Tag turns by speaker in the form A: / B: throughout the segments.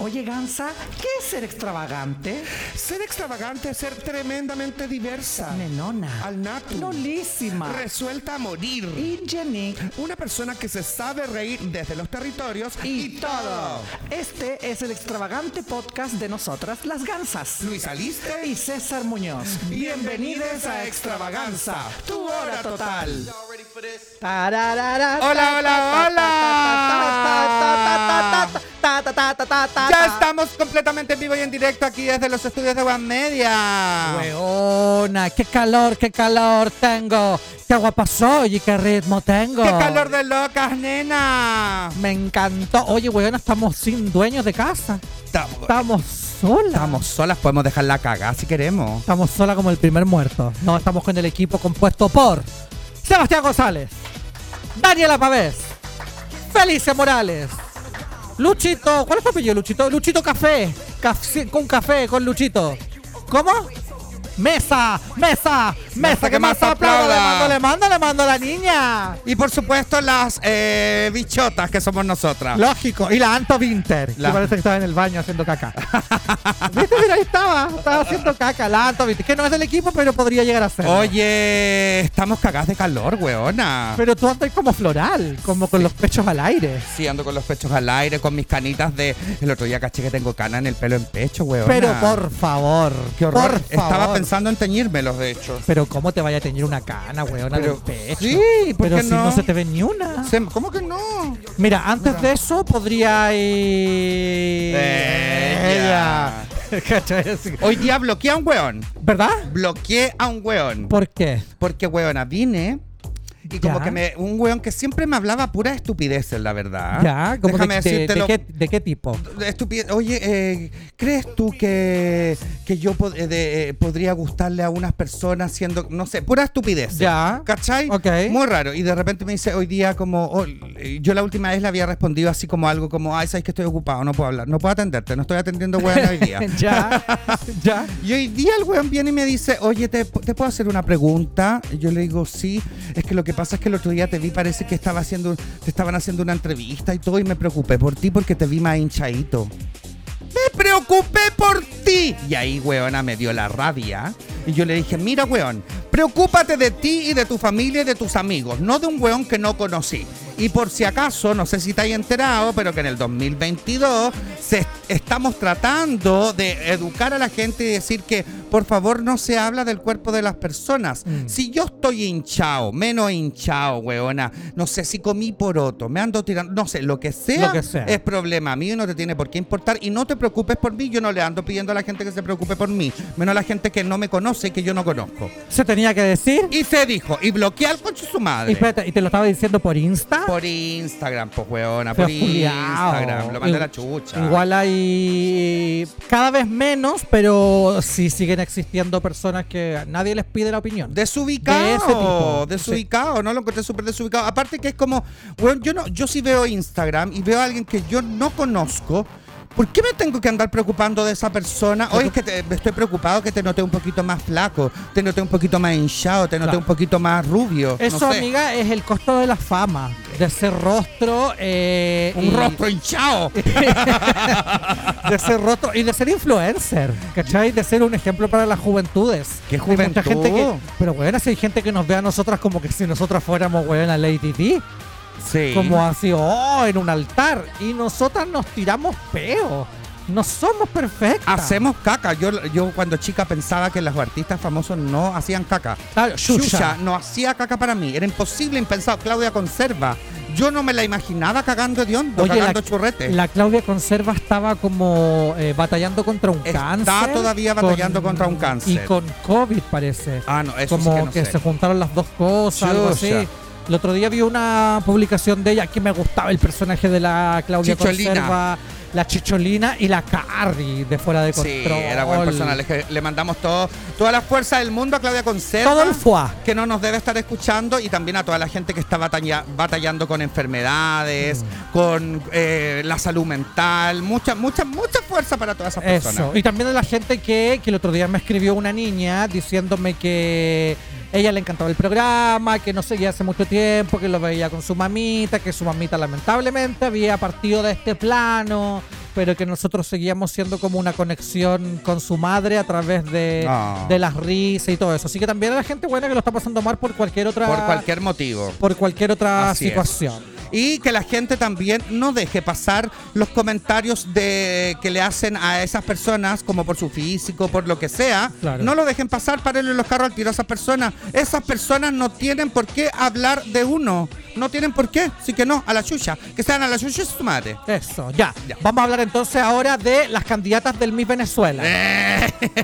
A: Oye, Gansa, ¿qué es ser extravagante?
B: Ser extravagante es ser tremendamente diversa.
A: Nenona.
B: Al natu.
A: Nolísima.
B: Resuelta a morir.
A: y Jenny.
B: Una persona que se sabe reír desde los territorios
A: Y todo. Este es el extravagante podcast de nosotras, las Gansas.
B: Luis Aliste
A: Y César Muñoz. Bienvenidos a Extravaganza, tu hora total. Tararara,
B: Hola, hola, hola.
A: ta, ta, ta, ta, ta, ta,
B: Ya
A: ta.
B: estamos completamente en vivo y en directo aquí desde los estudios de One Media.
A: Weona, qué calor, qué calor tengo. Qué guapa soy y qué ritmo tengo.
B: ¡Qué calor de locas, nena!
A: Me encantó. Oye, weona, estamos sin dueños de casa.
B: Estamos,
A: Estamos solas.
B: estamos solas, podemos dejar la cagada si queremos.
A: Estamos sola como el primer muerto. No, estamos con el equipo compuesto por Sebastián González, Daniela Pavés, Felice Morales, Luchito. ¿Cuál es tu apellido, Luchito? Luchito Café. Café- con café, con Luchito. ¿Cómo? Mesa, mesa, mesa, que más aplauda. Le mando, le mando, le mando a la niña.
B: Y por supuesto, las eh, bichotas que somos nosotras.
A: Lógico. Y la Anto Winter,
B: La-
A: que parece que estaba en el baño haciendo caca. ¿Viste? Mira, ahí estaba. Estaba haciendo caca. La Anto Winter, que no es del equipo, pero podría llegar a ser.
B: Oye, estamos cagadas de calor, weona.
A: Pero tú andas como floral, como con los pechos al aire.
B: Sí, ando con los pechos al aire, con mis canitas de. El otro día caché que tengo cana en el pelo en pecho, weona.
A: Pero por favor,
B: Qué horror.
A: Por favor.
B: Estaba pensando en teñírmelos, de hecho.
A: Pero cómo te vaya a teñir una cana, weona,
B: Pero-
A: del pecho.
B: sí, ¿por
A: pero
B: qué
A: si no?
B: no?
A: se te ve ni una.
B: Se- ¿Cómo que no?
A: Mira, antes de eso podría ir.
B: Ella.
A: Ella. Cacho, es-
B: Hoy día bloqueé a un weón.
A: ¿Verdad?
B: Bloqueé a un weón.
A: ¿Por qué?
B: Porque, weona, vine. Y como
A: Ya.
B: que me, un weón que siempre me hablaba pura estupideces, la verdad.
A: Ya, como
B: ¿Ah? Déjame
A: que, de- de,
B: decírtelo.
A: qué, de qué tipo?
B: Estupidez. Oye, eh, ¿crees tú que, que yo pod- eh, de- eh, podría gustarle a unas personas siendo, no sé, pura estupidez?
A: Ya.
B: ¿Cachai?
A: Ok.
B: Muy raro. Y de repente me dice hoy día como, oh, eh, yo la última vez le había respondido así como algo como, ay, sabes que estoy ocupado, no puedo hablar, no puedo atenderte, no estoy atendiendo weón hoy día.
A: ya. ya.
B: Y hoy día el weón viene y me dice, oye, ¿te, te puedo hacer una pregunta? Y Yo le digo, sí, es que lo que pasa es que el otro día te vi, parece que estaba haciendo, te estaban haciendo una entrevista y todo, y me preocupé por ti porque te vi más hinchadito. ¡Me preocupé por ti! Y ahí, weona, me dio la rabia. Y yo le dije, mira, weón, preocúpate de ti y de tu familia y de tus amigos, no de un weón que no conocí. Y por si acaso, no sé si te hay enterado, pero que en el 2022 se est- estamos tratando de educar a la gente y decir que, por favor, no se habla del cuerpo de las personas.
A: Mm.
B: Si yo estoy hinchado, menos hinchado, weona, no sé si comí poroto, me ando tirando, no sé, lo que sea,
A: Lo que sea.
B: es problema mío y no te tiene por qué importar. Y no te preocupes por mí, yo no le ando pidiendo a la gente que se preocupe por mí, menos a la gente que no me conoce y que yo no conozco.
A: Se tenía que decir.
B: Y se dijo, y bloqueé al coche su
A: Y,
B: madre.
A: espérate, ¿y te lo estaba diciendo por Insta.
B: por Instagram, pues weona,
A: Pero
B: por
A: culiao.
B: Instagram. Lo mandé a la
A: Igu-
B: chucha.
A: Igual hay cada vez menos, pero sí siguen existiendo personas que nadie les pide la opinión.
B: Desubicado,
A: De ese tipo.
B: desubicado, no lo encontré súper desubicado. Aparte que es como, weón, yo no, yo sí veo Instagram y veo a alguien que yo no conozco. ¿Por qué me tengo que andar preocupando de esa persona? Oye, es que te- estoy preocupado que te noté un poquito más flaco, te noté un poquito más hinchado, te noté
A: Claro.
B: un poquito más rubio. no
A: Eso,
B: sé.
A: amiga, es el costo de la fama, de ser rostro. eh,
B: Un
A: y-
B: rostro hinchado.
A: De ser rostro y de ser influencer, ¿cachai? De ser un ejemplo para las juventudes.
B: ¿Qué
A: Hay
B: juventud?
A: mucha gente que, pero, bueno, si hay gente que nos ve a nosotras como que si nosotras fuéramos, weón, la Lady D.
B: sí.
A: como así, oh, en un altar. Y nosotras nos tiramos peo. No somos perfectas.
B: Hacemos caca. Yo, yo cuando chica pensaba que los artistas famosos no hacían caca.
A: Claro, chucha.
B: Xuxa no hacía caca para mí. Era imposible, impensado. Claudia Conserva. Yo no me la imaginaba cagando de hondo,
A: Oye,
B: cagando
A: la,
B: churrete.
A: la Claudia Conserva estaba como eh, batallando contra un
B: Está
A: cáncer.
B: todavía batallando contra un cáncer.
A: Y con COVID, parece.
B: ah, no, eso
A: como
B: sí
A: que,
B: que no sé.
A: se juntaron las dos cosas, algo así.
B: Chucha.
A: El otro día vi una publicación de ella que me gustaba el personaje de la Claudia
B: Chicholina.
A: Conserva, la Chicholina y la Carrie de fuera de
B: Sí,
A: control.
B: era buen personaje. Le mandamos todo, toda la fuerza del mundo a Claudia Conserva.
A: Todo el fuá.
B: que no nos debe estar escuchando y también a toda la gente que está batalla- batallando con enfermedades,
A: Mm.
B: con eh, la salud mental, mucha, mucha, mucha fuerza para todas esas personas.
A: Eso. Y también de la gente que, que el otro día me escribió una niña diciéndome que ella le encantaba el programa, que no seguía hace mucho tiempo, que lo veía con su mamita, que su mamita lamentablemente había partido de este plano, pero que nosotros seguíamos siendo como una conexión con su madre a través de,
B: Ah.
A: de las risas y todo eso. Así que también a la gente buena que lo está pasando mal por cualquier otra,
B: Por cualquier motivo.
A: por cualquier otra
B: Así es.
A: situación.
B: Y que la gente también no deje pasar los comentarios de que le hacen a esas personas, como por su físico, por lo que sea.
A: Claro.
B: No lo dejen pasar, párenle los carros al tiro a esas personas. Esas personas no tienen por qué hablar de uno. No tienen por qué. Así que no, a la chucha. Que sean a la chucha su madre.
A: Eso, ya.
B: Ya.
A: Vamos a hablar entonces ahora de las candidatas del Miss Venezuela.
B: Eh,
A: Eh,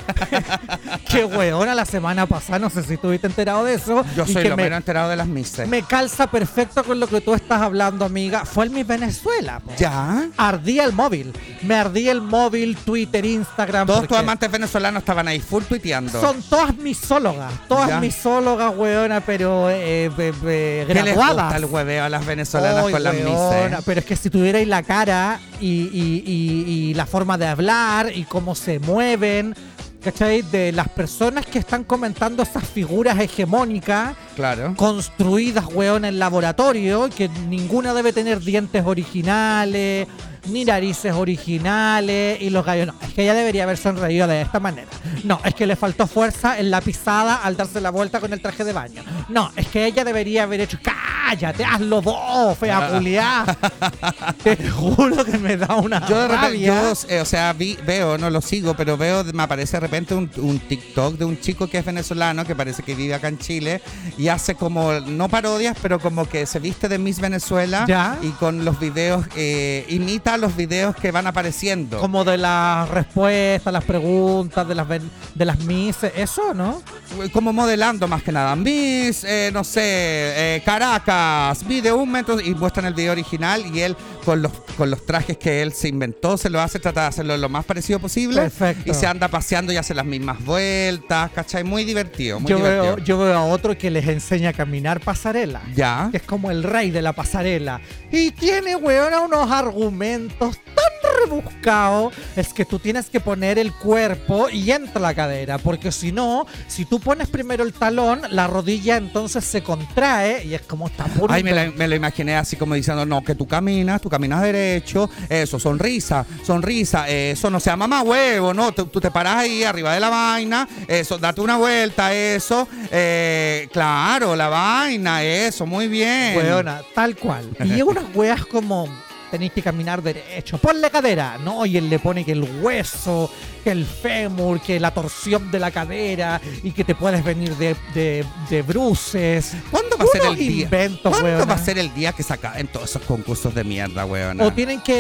A: Qué weona, la semana pasada, no sé si estuviste enterado de eso.
B: Yo
A: y
B: soy
A: que
B: lo
A: me,
B: menos enterado de las mises.
A: me calza perfecto con lo que tú estás hablando, amiga. Fue el Miss Venezuela. po.
B: ¿Ya?
A: Ardía el móvil. Me ardía el móvil, Twitter, Instagram.
B: Todos
A: porque
B: tus amantes venezolanos estaban ahí full tuiteando.
A: Son todas misólogas. Todas
B: Ya.
A: misólogas, weona, pero eh, be- be-
B: ¿Qué les gusta
A: graduadas.
B: el hueveo a las venezolanas
A: Ay,
B: con las
A: weona,
B: mises?
A: Pero es que si tuvierais la cara y, y- y- y la forma de hablar y cómo se mueven, ¿cachai? De las personas que están comentando esas figuras hegemónicas
B: Claro.
A: construidas, weón, en laboratorio, que ninguna debe tener dientes originales, ni narices originales, y los gallos, no, es que ella debería haber sonreído de esta manera. No, es que le faltó fuerza en la pisada al darse la vuelta con el traje de baño. No, es que ella debería haber hecho, cállate, hazlo vos,
B: Ah.
A: fea culiá. Te juro que me da una
B: Yo de repente,
A: rabia.
B: yo, eh, o sea, vi- veo, no lo sigo, pero veo, me aparece de repente un, un TikTok de un chico que es venezolano, que parece que vive acá en Chile, y hace como, no parodias, pero como que se viste de Miss Venezuela
A: Ya.
B: y con los videos, eh, imita los videos que van apareciendo.
A: como de las respuestas, las preguntas, de las ven- de las mises, eso, ¿no?
B: eh, como modelando más que nada. Miss, eh, no sé, eh, Caracas, vi de un metro y muestran el video original y él con los, con los trajes que él se inventó, se lo hace, trata de hacerlo lo más parecido posible.
A: Perfecto.
B: Y se anda paseando y hace las mismas vueltas, ¿cachai? Muy divertido, muy
A: yo,
B: divertido.
A: veo, yo veo a otro que les enseña a caminar pasarela.
B: Ya.
A: Que es como el rey de la pasarela. Y tiene, weona, unos argumentos tan rebuscados. Es que tú tienes que poner el cuerpo y entra la cadera. Porque si no, si tú pones primero el talón, la rodilla entonces se contrae y es como está puro.
B: Ay, me, la- me lo imaginé así como diciendo, no, que tú caminas, tú caminas derecho, eso, sonrisa, sonrisa, eh, eso no sea mamá huevo, no, tú, tú te paras ahí arriba de la vaina, eso, date una vuelta, eso, eh, claro, la vaina, eso, muy bien.
A: Weona, tal cual. Y llega unas weas como tenéis que caminar derecho, ponle cadera, ¿no? Y él le pone que el hueso, que el fémur, que la torsión de la cadera y que te puedes venir de, de, de bruces.
B: ¿Cuándo va a ser
A: Puros
B: el día?
A: inventos,
B: ¿Cuándo
A: weona.
B: va a ser el día que se acaben todos esos concursos de mierda, weona?
A: O tienen que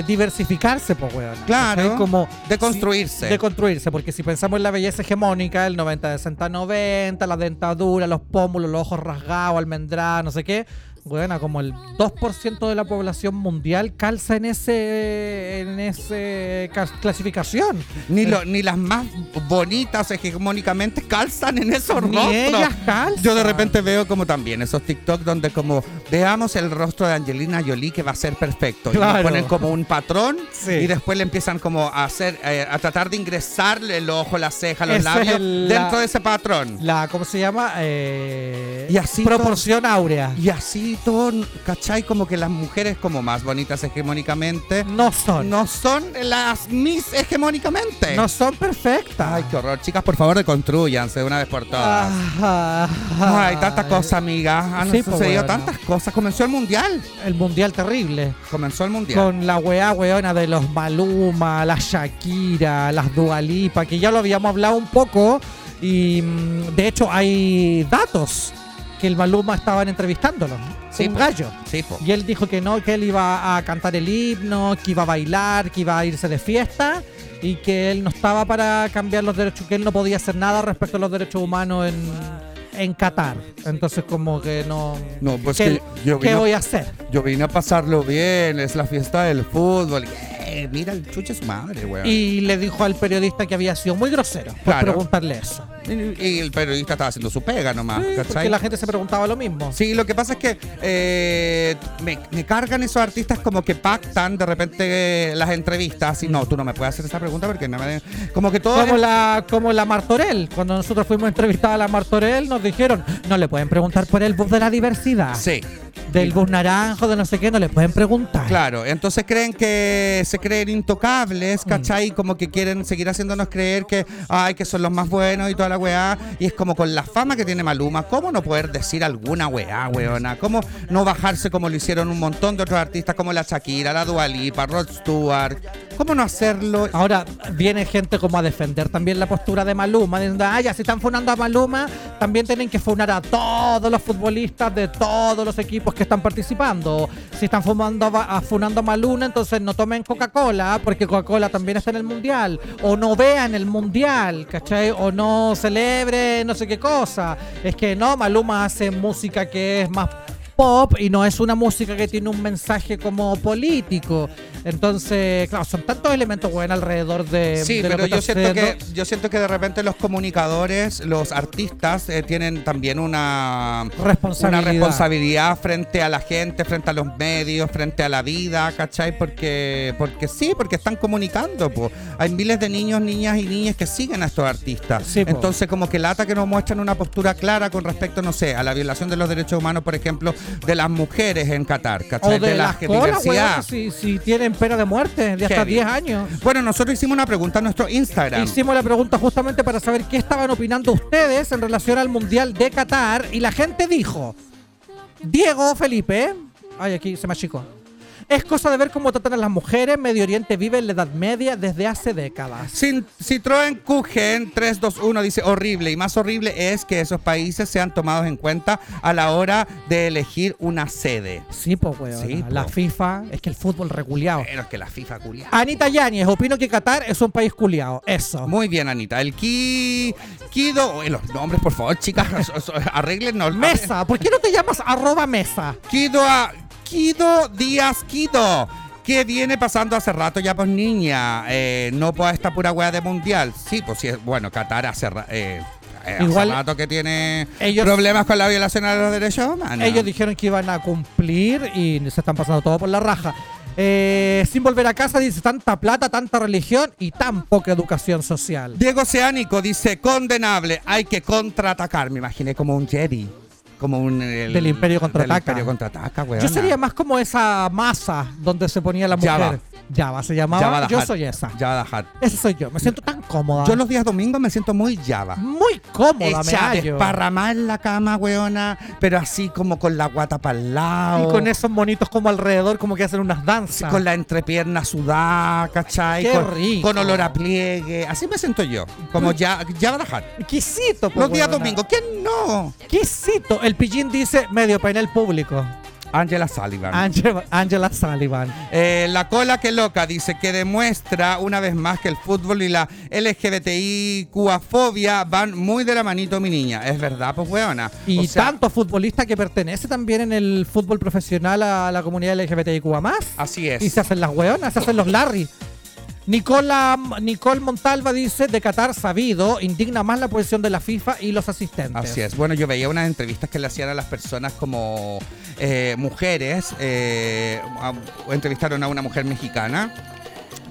A: eh, diversificarse, pues, weona.
B: Claro.
A: ¿Cachai? Como
B: de construirse.
A: de construirse, porque si pensamos en la belleza hegemónica, el 90, 60, 90, la dentadura, los pómulos, los ojos rasgados, almendrados, no sé qué, bueno, como el 2% de la población mundial calza en ese en ese cas- clasificación.
B: ni, lo- ni las más bonitas hegemónicamente calzan en esos
A: Ni
B: rostros.
A: ellas calzan.
B: Yo de repente veo como también esos TikTok donde como veamos el rostro de Angelina Jolie que va a ser perfecto. Y
A: Claro.
B: nos ponen como un patrón
A: Sí.
B: y después le empiezan como a hacer, eh, a tratar de ingresarle el ojo, la ceja, los
A: Esa es
B: labios
A: la-
B: dentro de ese patrón.
A: La ¿cómo se llama? Eh,
B: Y así
A: proporción áurea.
B: Y así todo, ¿cachai? Como que las mujeres como más bonitas hegemónicamente
A: No son. No,
B: no son las mis hegemónicamente.
A: son perfectas.
B: Ay, qué horror. Chicas, por favor, deconstruyanse de una vez por todas.
A: Ah, ah,
B: Ay, tantas cosas, amiga. Ah, Han
A: Sí, pues,
B: sucedido
A: bueno.
B: tantas cosas. Comenzó el mundial.
A: El mundial terrible.
B: Comenzó el mundial.
A: con la weá weona de los Maluma, la Shakira, las Dualipa, que ya lo habíamos hablado un poco y mm, de hecho hay datos que el Maluma estaban entrevistándolo.
B: Sí,
A: un
B: po.
A: gallo.
B: Sí, pues. po.
A: Y él dijo que no, que él iba a cantar el himno, que iba a bailar, que iba a irse de fiesta y que él no estaba para cambiar los derechos, que él no podía hacer nada respecto a los derechos humanos en, en Qatar. Entonces como que no...
B: No, pues
A: ¿Qué,
B: que yo
A: qué
B: vino-
A: voy a hacer?
B: Yo vine a pasarlo bien. Es la fiesta del fútbol. Eh, mira, el chuche es madre, weón.
A: Y le dijo al periodista que había sido muy grosero por
B: Claro.
A: preguntarle eso.
B: Y, y el periodista estaba haciendo su pega nomás,
A: Sí,
B: Ah, ¿cachai?
A: porque la gente se preguntaba lo mismo.
B: Sí, lo que pasa es que eh, me, me cargan esos artistas como que pactan de repente eh, las entrevistas. Y no, tú no me puedes hacer esa pregunta porque no me- Como que todo.
A: Como la, como la Martorell. Cuando nosotros fuimos entrevistados a la Martorell, nos dijeron, no le pueden preguntar por el bus de la diversidad.
B: Sí.
A: Del bus naranjo, de no sé qué, no le pueden preguntar.
B: Claro, entonces creen que se creen intocables,
A: Mm.
B: ¿cachai? Como que quieren seguir haciéndonos creer que, ay, que son los más buenos y toda la weá. Y es como con la fama que tiene Maluma, ¿cómo no poder decir alguna weá, weona? ¿Cómo no bajarse como lo hicieron un montón de otros artistas como la Shakira, la Dualipa, Rod Stewart? ¿Cómo no hacerlo?
A: Ahora viene gente como a defender también la postura de Maluma, diciendo, ah, ya si están funando a Maluma, también tienen que funar a todos los futbolistas de todos los equipos que están participando. Si están fumando a, a- funando a Maluma, entonces no tomen Coca-Cola, porque Coca-Cola también está en el Mundial. O no vean el Mundial, ¿cachai? O no celebre no sé qué cosa. Es que no, Maluma hace música que es más pop y no es una música que tiene un mensaje como político. Entonces, claro, son tantos elementos, weón, alrededor de.
B: Sí,
A: eh, de lo
B: pero
A: que
B: yo
A: está
B: siento que,
A: sucediendo.
B: yo siento que de repente los comunicadores, los artistas, eh, tienen también una
A: Responsabilidad.
B: una responsabilidad frente a la gente, frente a los medios, frente a la vida, ¿cachai? Porque, porque sí, porque están comunicando, po. Hay miles de niños, niñas y niñas que siguen a estos artistas.
A: Sí, po.
B: Entonces, como que lata que nos muestran una postura clara con respecto, no sé, a la violación de los derechos humanos, por ejemplo, de las mujeres en Qatar,
A: O
B: ¿cachai?
A: de, las colas, weón, si, si tienen pena de muerte de hasta
B: Heavy.
A: 10 años.
B: Bueno, nosotros hicimos una pregunta en nuestro Instagram.
A: Hicimos la pregunta justamente para saber qué estaban opinando ustedes en relación al Mundial de Qatar y la gente dijo, Diego Felipe, ay aquí se me achicó, es cosa de ver cómo tratan a las mujeres, Medio Oriente vive en la Edad Media desde hace décadas.
B: Cin- Citroën QGen 321 dice horrible y más horrible es que esos países sean tomados en cuenta a la hora de elegir una sede.
A: Sí, pues, weón.
B: Sí, po.
A: La FIFA, es que el fútbol reculeado.
B: Pero es que la FIFA culia.
A: Anita Yáñez, opino que Qatar es un país culiado. Eso.
B: Muy bien, Anita. El Ki... Kido... Oye, los nombres, por favor, chicas. Arreglenos.
A: Mesa, ¿por qué no te llamas arroba mesa?
B: Kido a Kido Díaz Kido. Que viene pasando hace rato ya, pues niña. Eh, no puede esta pura wea de mundial. Sí, pues sí, es- bueno, Qatar hace, ra- eh, eh, hace
A: Igual-
B: rato que tiene
A: Ellos-
B: problemas con la violación a los derechos humanos.
A: Ellos dijeron que iban a cumplir y se están pasando todo por la raja. Eh, sin volver a casa, dice tanta plata, tanta religión y tan poca educación social.
B: Diego Oceánico dice: condenable, hay que contraatacar. Me imaginé como un Jedi. Como un. el-
A: Del Imperio Contraataca.
B: Del Imperio contraataca, weón.
A: Yo sería más como esa masa donde se ponía la
B: Java.
A: mujer. Java se llamaba.
B: Java the
A: yo
B: Hutt.
A: soy esa.
B: Java the Hutt.
A: Esa soy yo. Me siento tan cómoda.
B: Yo los días domingos me siento muy Java.
A: Muy cómoda, me
B: Echa
A: hallo.
B: desparramada en la cama, weona, pero así como con la guata para el lado.
A: Y con esos monitos como alrededor, como que hacen unas
B: sí,
A: danzas.
B: Oh. Con la entrepierna sudada, ¿cachai?
A: Qué
B: con,
A: rico.
B: con olor a pliegue. Así me siento yo. Como ya, Java the Hutt.
A: Quisito, po,
B: Los días
A: Pues weona.
B: domingos. ¿Quién no?
A: Quisito. El pillín dice medio pena el público.
B: Angela Sullivan.
A: Angela, Angela Sullivan.
B: Eh, la cola que loca dice que demuestra una vez más que el fútbol y la LGBTIQafobia van muy de la manito, mi niña. Es verdad, pues weona.
A: Y
B: O sea,
A: tanto futbolista que pertenece también en el fútbol profesional a la comunidad LGBTIQ más.
B: Así
A: Y
B: es.
A: se hacen las hueonas, se hacen los Larry. Nicola, Nicole Montalva dice, de Qatar sabido, indigna más la posición de la FIFA y los asistentes.
B: Así es. Bueno, yo veía unas entrevistas que le hacían a las personas como eh, mujeres. eh, a- entrevistaron a una mujer mexicana,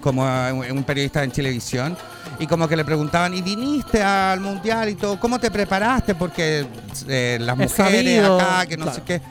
B: como a un un periodista en televisión. Y como que le preguntaban, ¿y viniste al mundial y todo? ¿Cómo te preparaste? Porque eh, las
A: Es
B: mujeres
A: sabido,
B: acá, que no sé
A: claro.
B: qué.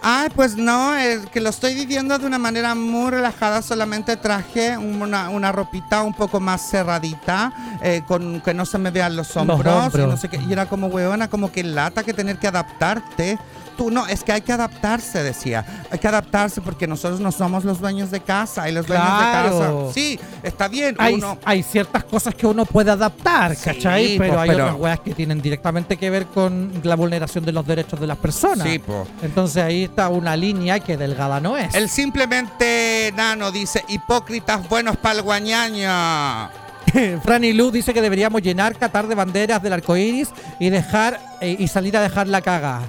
B: Ah, pues no, es que lo estoy viviendo de una manera muy relajada, solamente traje una, una ropita un poco más cerradita, eh, con que no se me vean los hombros, Y,
A: hombros.
B: no sé qué. Y era como huevona, como que lata que tener que adaptarte. Tú no, es que hay que adaptarse, decía. Hay que adaptarse porque nosotros no somos los dueños de casa y los dueños de
A: Claro.
B: casa. Sí, está bien,
A: Hay,
B: uno
A: hay ciertas cosas que uno puede adaptar,
B: Sí,
A: ¿cachai?
B: pues,
A: Pero hay
B: pero-
A: otras weas que tienen directamente que ver con la vulneración de los derechos de las personas.
B: Sí, po.
A: Entonces ahí está una línea que delgada no es.
B: El simplemente nano dice hipócritas buenos pa'l guañaña.
A: Franny Lu dice que deberíamos llenar Qatar de banderas del arco iris y dejar eh, y salir a dejar la caga.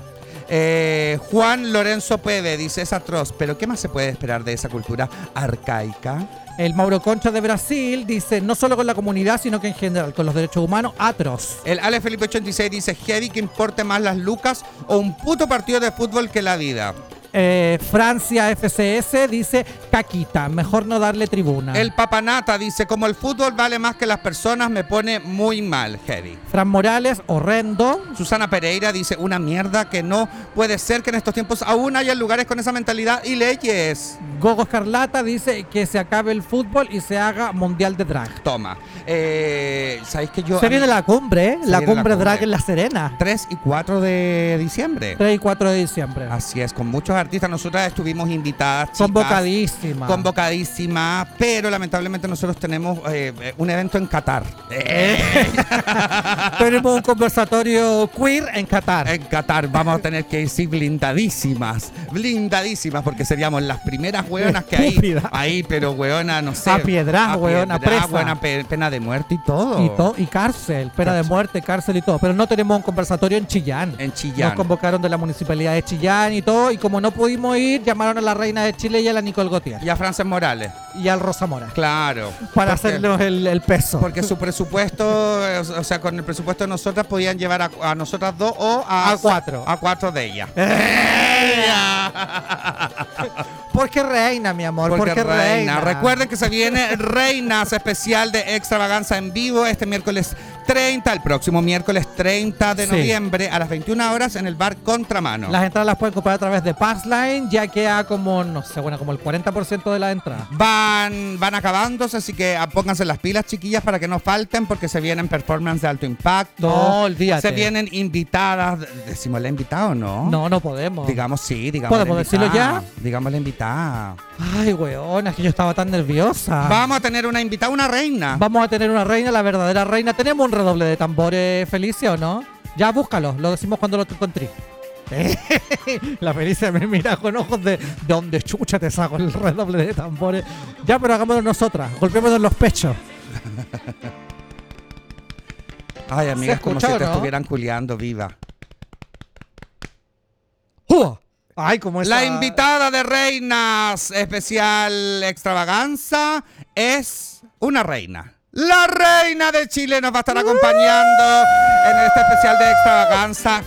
B: Eh, Juan Lorenzo Pede dice, es atroz, pero ¿qué más se puede esperar de esa cultura arcaica?
A: El Mauro Concha de Brasil dice, no solo con la comunidad, sino que en general, con los derechos humanos, atroz.
B: El Ale Felipe 86 dice, heavy que importe más las lucas o un puto partido de fútbol que la vida.
A: Eh, Francia FCS dice, caquita, mejor no darle tribuna.
B: El Papanata dice, como el fútbol vale más que las personas, me pone muy mal, heavy.
A: Fran Morales, horrendo.
B: Susana Pereira dice, una mierda que no puede ser que en estos tiempos aún haya lugares con esa mentalidad y leyes.
A: Gogo Escarlata dice que se acabe el fútbol y se haga mundial de drag.
B: Toma. Eh, ¿Sabéis que yo...
A: Se viene la cumbre, ¿eh?
B: Se
A: La
B: viene la
A: cumbre drag
B: cumbre.
A: en La Serena.
B: 3 y 4 de diciembre.
A: 3 y 4 de diciembre.
B: Así es, con muchos artistas. Nosotras estuvimos invitadas. chicas.
A: Convocadísima.
B: convocadísima, pero lamentablemente nosotros tenemos eh, eh, un evento en Qatar.
A: Eh. Tenemos un conversatorio queer en Qatar.
B: En Qatar vamos a tener que ir sí, blindadísimas, blindadísimas, porque seríamos las primeras hueonas que ahí,
A: Estúpida.
B: ahí, pero hueona, no sé.
A: A piedras, hueona,
B: piedras,
A: presa.
B: hueona, pe- pena de muerte y todo.
A: Y, to- y cárcel, pena de
B: Cárcel.
A: muerte, cárcel y todo. Pero no tenemos un conversatorio en Chillán.
B: En Chillán.
A: Nos convocaron de la municipalidad de Chillán y todo. Y como no pudimos ir, llamaron a la reina de Chile y a la Nicole Gautier
B: Y a Frances Morales,
A: y al Rosa Mora
B: claro.
A: para
B: Porque-
A: hacernos el, el peso.
B: Porque su presupuesto, eh, o sea, con el presupuesto de nosotras podían llevar a, a nosotras dos o a,
A: A cuatro.
B: A cuatro de ellas.
A: Porque reina, mi amor, porque, reina.
B: Recuerden que se viene Reinas especial de Extravaganza en vivo este miércoles 30, el próximo miércoles 30 de
A: Sí.
B: noviembre a las 21 horas en el bar Contramano.
A: Las entradas las pueden comprar a través de Passline, ya que a como, no sé, bueno, como el 40% de las entradas.
B: Van, van acabándose, así que ah, pónganse las pilas, chiquillas, para que no falten, porque se vienen performances de alto impacto.
A: No, olvídate.
B: Se vienen invitadas. ¿Decimos la invitada o no?
A: No, no podemos.
B: Digamos sí, digamos. la
A: ¿Podemos decirlo
B: invitada.
A: ya?
B: Digamos la invitada.
A: Ay, weona, es que yo estaba tan nerviosa.
B: Vamos a tener una invitada, una reina.
A: Vamos a tener una reina, la verdadera reina. ¿Tenemos un redoble de tambores, Felicia, o no? Ya búscalo, lo decimos cuando lo encontré. la Felicia me mira con ojos de ¿de dónde chucha te saco el redoble de tambores? Ya, pero hagámoslo nosotras, golpeémonos los pechos.
B: Ay, amigas,
A: ¿Se
B: como si
A: escuchó,
B: te
A: no?
B: estuvieran culeando viva.
A: ¡Uh! Ay, como esa...
B: La invitada de Reinas Especial Extravaganza es una reina. La reina de Chile nos va a estar acompañando en este especial de Extravaganza.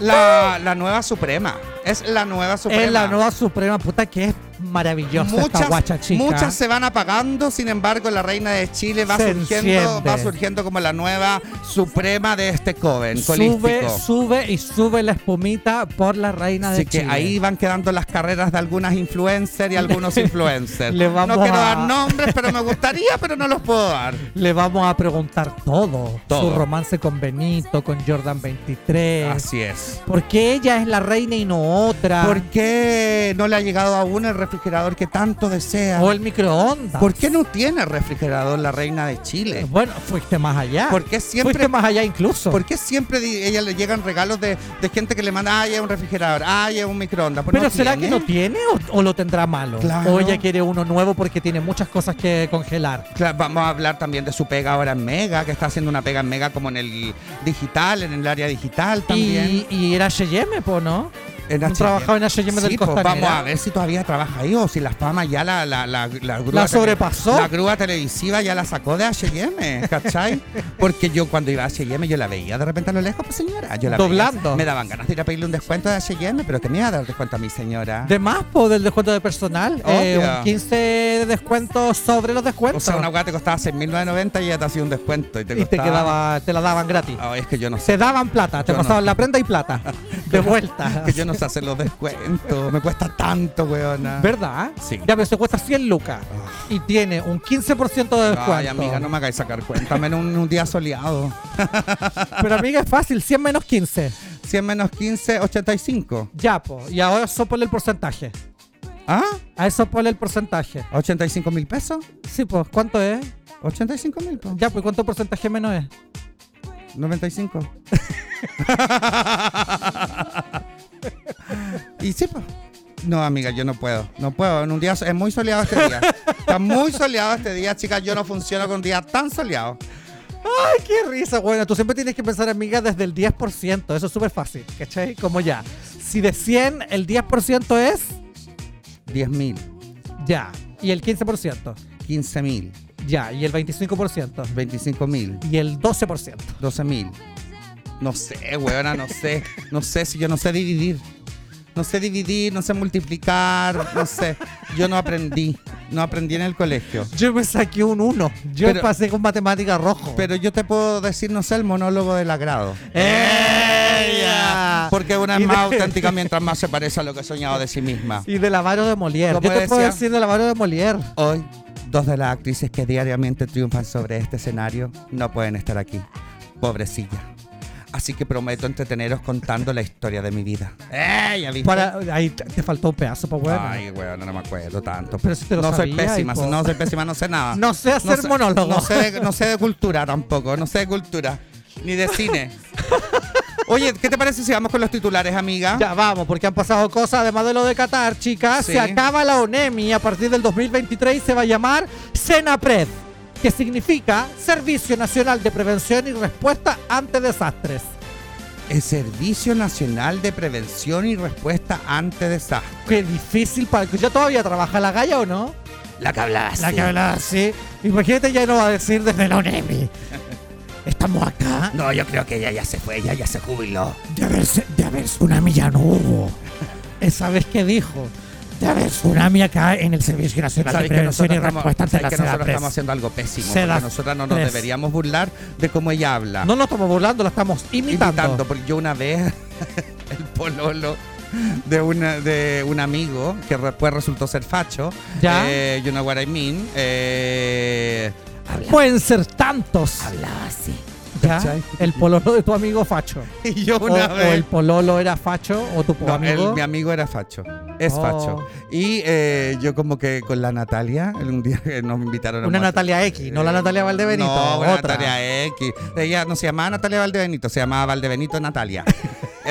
B: La, la nueva suprema. Es la nueva suprema.
A: Es la nueva suprema puta que es maravillosa esta
B: Muchas,
A: guacha chica.
B: muchas se van apagando, sin embargo, la reina de Chile va
A: Se
B: surgiendo,
A: enciende.
B: va surgiendo como la nueva suprema de este coven
A: Sube,
B: colístico.
A: sube y sube la espumita por la reina de
B: Así que
A: Chile.
B: ahí van quedando las carreras de algunas influencers y algunos influencers.
A: Le vamos
B: no quiero
A: a-
B: dar nombres, pero me gustaría, pero no los puedo dar.
A: Le vamos a preguntar todo.
B: Todo.
A: Su romance con Benito, con Jordan 23.
B: Así es.
A: Porque ella es la reina y no otra.
B: ¿Por qué no le ha llegado aún el refrigerador que tanto desea?
A: o el microondas.
B: ¿Por qué no tiene refrigerador la reina de Chile?
A: Bueno, fuiste más allá.
B: ¿Por qué siempre
A: Fuiste más allá incluso.
B: ¿Por qué siempre di- ella le llegan regalos de, de gente que le manda, ay, es un refrigerador, ay, es un microondas? Pues
A: Pero
B: no
A: ¿será
B: tiene.
A: que no tiene o, o lo tendrá malo?
B: Claro.
A: O ella quiere uno nuevo porque tiene muchas cosas que congelar.
B: Claro, vamos a hablar también de su pega ahora en Mega, que está haciendo una pega en Mega como en el digital, en el área digital también.
A: Y, y era H&M, po, ¿no?
B: en
A: no
B: H&M.
A: trabajaba en H&M del
B: Sí, pues,
A: Costanera.
B: Vamos a ver si todavía trabaja ahí o si la fama ya la, la, la, grúa
A: La
B: tele-
A: sobrepasó.
B: La grúa televisiva ya la sacó de HM, ¿cachai? Porque yo cuando iba a HM yo la veía de repente a lo lejos, pues señora. Yo la veía.
A: Doblando.
B: me daban ganas de ir a pedirle un descuento de HM, pero que me iba a dar descuento a mi señora.
A: De más, po, del descuento de personal. Eh,
B: Obvio.
A: un 15 de descuento sobre los
B: O
A: descuentos.
B: sea, una weá te costaba 6.990 y ya te hacía un descuento y te
A: y te,
B: costaba-
A: quedaba, te la daban gratis.
B: Ay, es que yo no sé.
A: Se daban plata, te
B: Yo no.
A: pasaban la prenda y plata. De vuelta.
B: que yo no sé hacer los descuentos. Me cuesta tanto, weona.
A: ¿Verdad?
B: Sí. Ah.
A: Ya, pero se cuesta 100 lucas y tiene un 15% de descuento.
B: Ay, amiga, no me hagáis sacar cuenta. Menos un, un día soleado.
A: Pero amiga, es fácil, 100 menos 15.
B: 100 menos 15, 85.
A: Ya, po. Y ahora eso ponle el porcentaje.
B: ¿Ah?
A: A eso ponle el porcentaje.
B: ¿85 mil pesos?
A: Sí, pues, ¿cuánto es?
B: 85 mil, po.
A: Ya, pues, ¿cuánto porcentaje menos es?
B: 95. y sí, po. No, amiga, yo no puedo. No puedo. En un día so- es muy soleado este día. Está muy soleado este día, chicas. Yo no funciono con un día tan soleado.
A: Ay, qué risa, bueno. Tú siempre tienes que pensar, amiga, desde el 10%. Eso es súper fácil, ¿cachai? Como ya. Si de 100, el 10% es
B: 10 mil.
A: ya. Y el 15%.
B: 15 mil,
A: Ya, y el 25%.
B: 25 mil,
A: Y el 12%.
B: 12 mil. No sé, weona, no sé. No sé si yo no sé dividir. No sé dividir, no sé multiplicar, no sé. Yo no aprendí. No aprendí en el colegio.
A: Yo me saqué un 1. Yo
B: Pero-
A: pasé con matemática rojo.
B: Pero yo te puedo decir, no sé, el monólogo del agrado.
A: ¡Ella!
B: Porque una
A: Y
B: es más
A: de-
B: auténtica mientras más se parece a lo que ha soñado de sí misma.
A: Y de la mano de Molière. Yo
B: Como
A: te puedo
B: decía-
A: decir de la mano de Molière.
B: Hoy, dos de las actrices que diariamente triunfan sobre este escenario no pueden estar aquí. Pobrecilla. Así que prometo entreteneros contando la historia de mi vida. ¡Eh! ¿Ya viste?
A: Para, ahí te te faltó un pedazo, pues bueno.
B: Ay, weón, no me acuerdo tanto.
A: Pero si te lo
B: no soy
A: sabías,
B: pésima,
A: hijo.
B: no soy pésima, no sé nada.
A: No sé hacer monólogo.
B: No sé, de, no sé de cultura tampoco, no sé de cultura, ni de cine. Oye, ¿qué te parece si vamos con los titulares, amiga?
A: Ya vamos, porque han pasado cosas, además de lo de Qatar, chicas.
B: Ah. Sí.
A: Se acaba la ONEMI y a partir del 2023 se va a llamar SENAPRED, que significa Servicio Nacional de Prevención y Respuesta ante Desastres.
B: El Servicio Nacional de Prevención y Respuesta ante Desastres.
A: Qué difícil para. ¿Ya todavía trabaja la galla o no?
B: La que hablas.
A: La que hablaba así. Imagínate, ya no va a decir desde la ONEMI. Estamos acá.
B: No, yo creo que ella ya se fue, ella ya se jubiló.
A: De haber, de haber tsunami ya no hubo. Esa vez que dijo. De haber tsunami acá en el Servicio Nacional de
B: Sabéis que
A: Prevención
B: nosotros,
A: y
B: estamos,
A: Respuesta ante
B: sabéis que nosotros
A: Desastres.
B: estamos haciendo algo pésimo.
A: Se da
B: Porque nosotras no nos
A: tres.
B: deberíamos burlar de cómo ella habla.
A: No nos estamos burlando, la estamos imitando.
B: Ah. imitando, porque yo una vez el pololo de una de un amigo que después resultó ser facho
A: Ya.
B: eh, you know what I mean eh,
A: Pueden ser tantos.
B: hablaba así
A: ¿ya?
B: Ah, ¿cachai?
A: El pololo de tu amigo facho.
B: y yo
A: O,
B: una
A: o
B: vez
A: el pololo era facho o tu
B: No,
A: amigo.
B: él- mi amigo era facho. Es
A: Oh.
B: facho. Y eh, yo como que con la Natalia, un día que nos invitaron a
A: Una
B: almorzar.
A: Natalia X, no la Natalia Valdebenito,
B: No, una
A: otra.
B: Natalia X. Ella no se llamaba Natalia Valdebenito, se llamaba Valdebenito Natalia.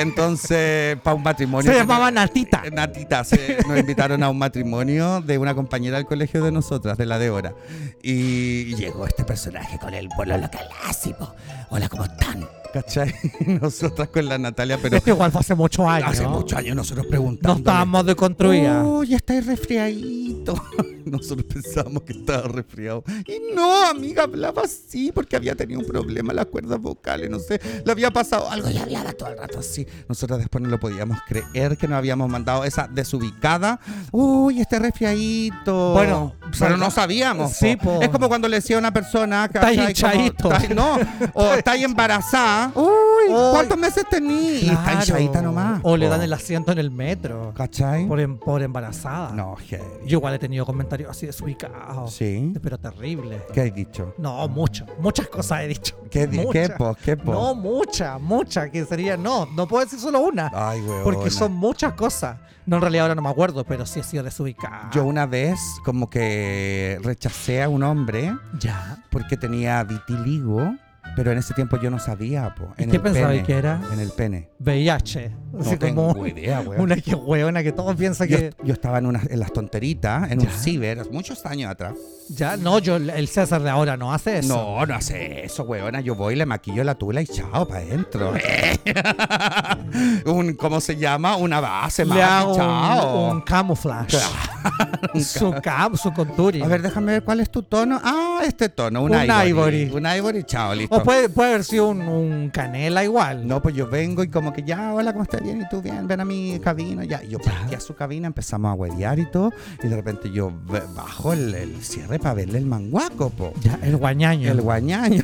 B: Entonces, para un matrimonio.
A: Se llamaba Natita.
B: Eh, Natita. se- nos invitaron a un matrimonio de una compañera del colegio de nosotras, de la de Hora. Y llegó este personaje con el pololo calásimo. Hola, ¿cómo están? ¿Cachai? Nosotras con la Natalia, pero
A: Esto igual fue hace muchos años.
B: Hace muchos años nosotros
A: No
B: preguntamos.
A: estábamos deconstruidas.
B: Uy, Oh, ya estáis resfriadito. Nosotros pensábamos que estaba resfriado. Y no, amiga, hablaba así porque había tenido un problema en las cuerdas vocales, no sé, le había pasado algo y hablaba todo el rato así. Nosotros después no lo podíamos creer que nos habíamos mandado esa desubicada. Uy, está resfriadito.
A: Bueno,
B: pero
A: salga-
B: no sabíamos.
A: Sí,
B: po.
A: po.
B: Es como cuando le decía a una persona que
A: Estáis hinchadito.
B: no, o estáis embarazada. Uy, ¿cuántos meses tení? Y está
A: Claro.
B: hinchadita nomás.
A: O le
B: po.
A: dan el asiento en el metro.
B: ¿Cachai?
A: Por, em- por embarazada.
B: No, je-
A: Yo igual he tenido comentarios así desubicados.
B: Sí.
A: Pero terribles.
B: ¿Qué has dicho?
A: No, mucho. Muchas cosas he dicho.
B: ¿Qué, di- qué
A: Muchas.
B: pos? ¿Qué pos?
A: No, mucha, mucha, que sería, no, no puedo decir solo una.
B: Ay, weón.
A: porque son muchas cosas. No, en realidad ahora no me acuerdo, pero sí he sido desubicada.
B: Yo una vez como que rechacé a un hombre
A: Ya.
B: porque tenía vitiligo, pero en ese tiempo yo no sabía, po.
A: ¿Y
B: En
A: qué
B: el
A: pensabas
B: pene,
A: que era?
B: En el pene.
A: VIH.
B: No
A: Así
B: tengo
A: como
B: idea, weón.
A: una que hueona que todos piensan
B: Yo,
A: que.
B: yo estaba en, una- en las tonteritas, en un
A: Ya.
B: ciber, muchos años atrás.
A: Ya, no, yo, el César de ahora no hace eso.
B: No, no hace eso, weona. Yo voy, le maquillo la tula y chao, para adentro. un, ¿Cómo se llama? Una base, más
A: Le hago
B: chao.
A: un, un camuflaje. su, cam, su contouring.
B: A ver, déjame ver cuál es tu tono. Ah, este tono, un,
A: Un
B: ivory.
A: ivory. pues.
B: Un ivory, chao, listo.
A: o puede, puede haber sido un, un canela igual.
B: No, pues yo vengo y como que ya, hola, ¿cómo estás? Bien, y tú bien, ven a mi cabina, ya. Y yo parqué a su cabina, empezamos a huevear y todo. Y de repente yo ve- bajo el, el cierre para verle el manguaco, po.
A: Ya, el guañaño.
B: El guañaño.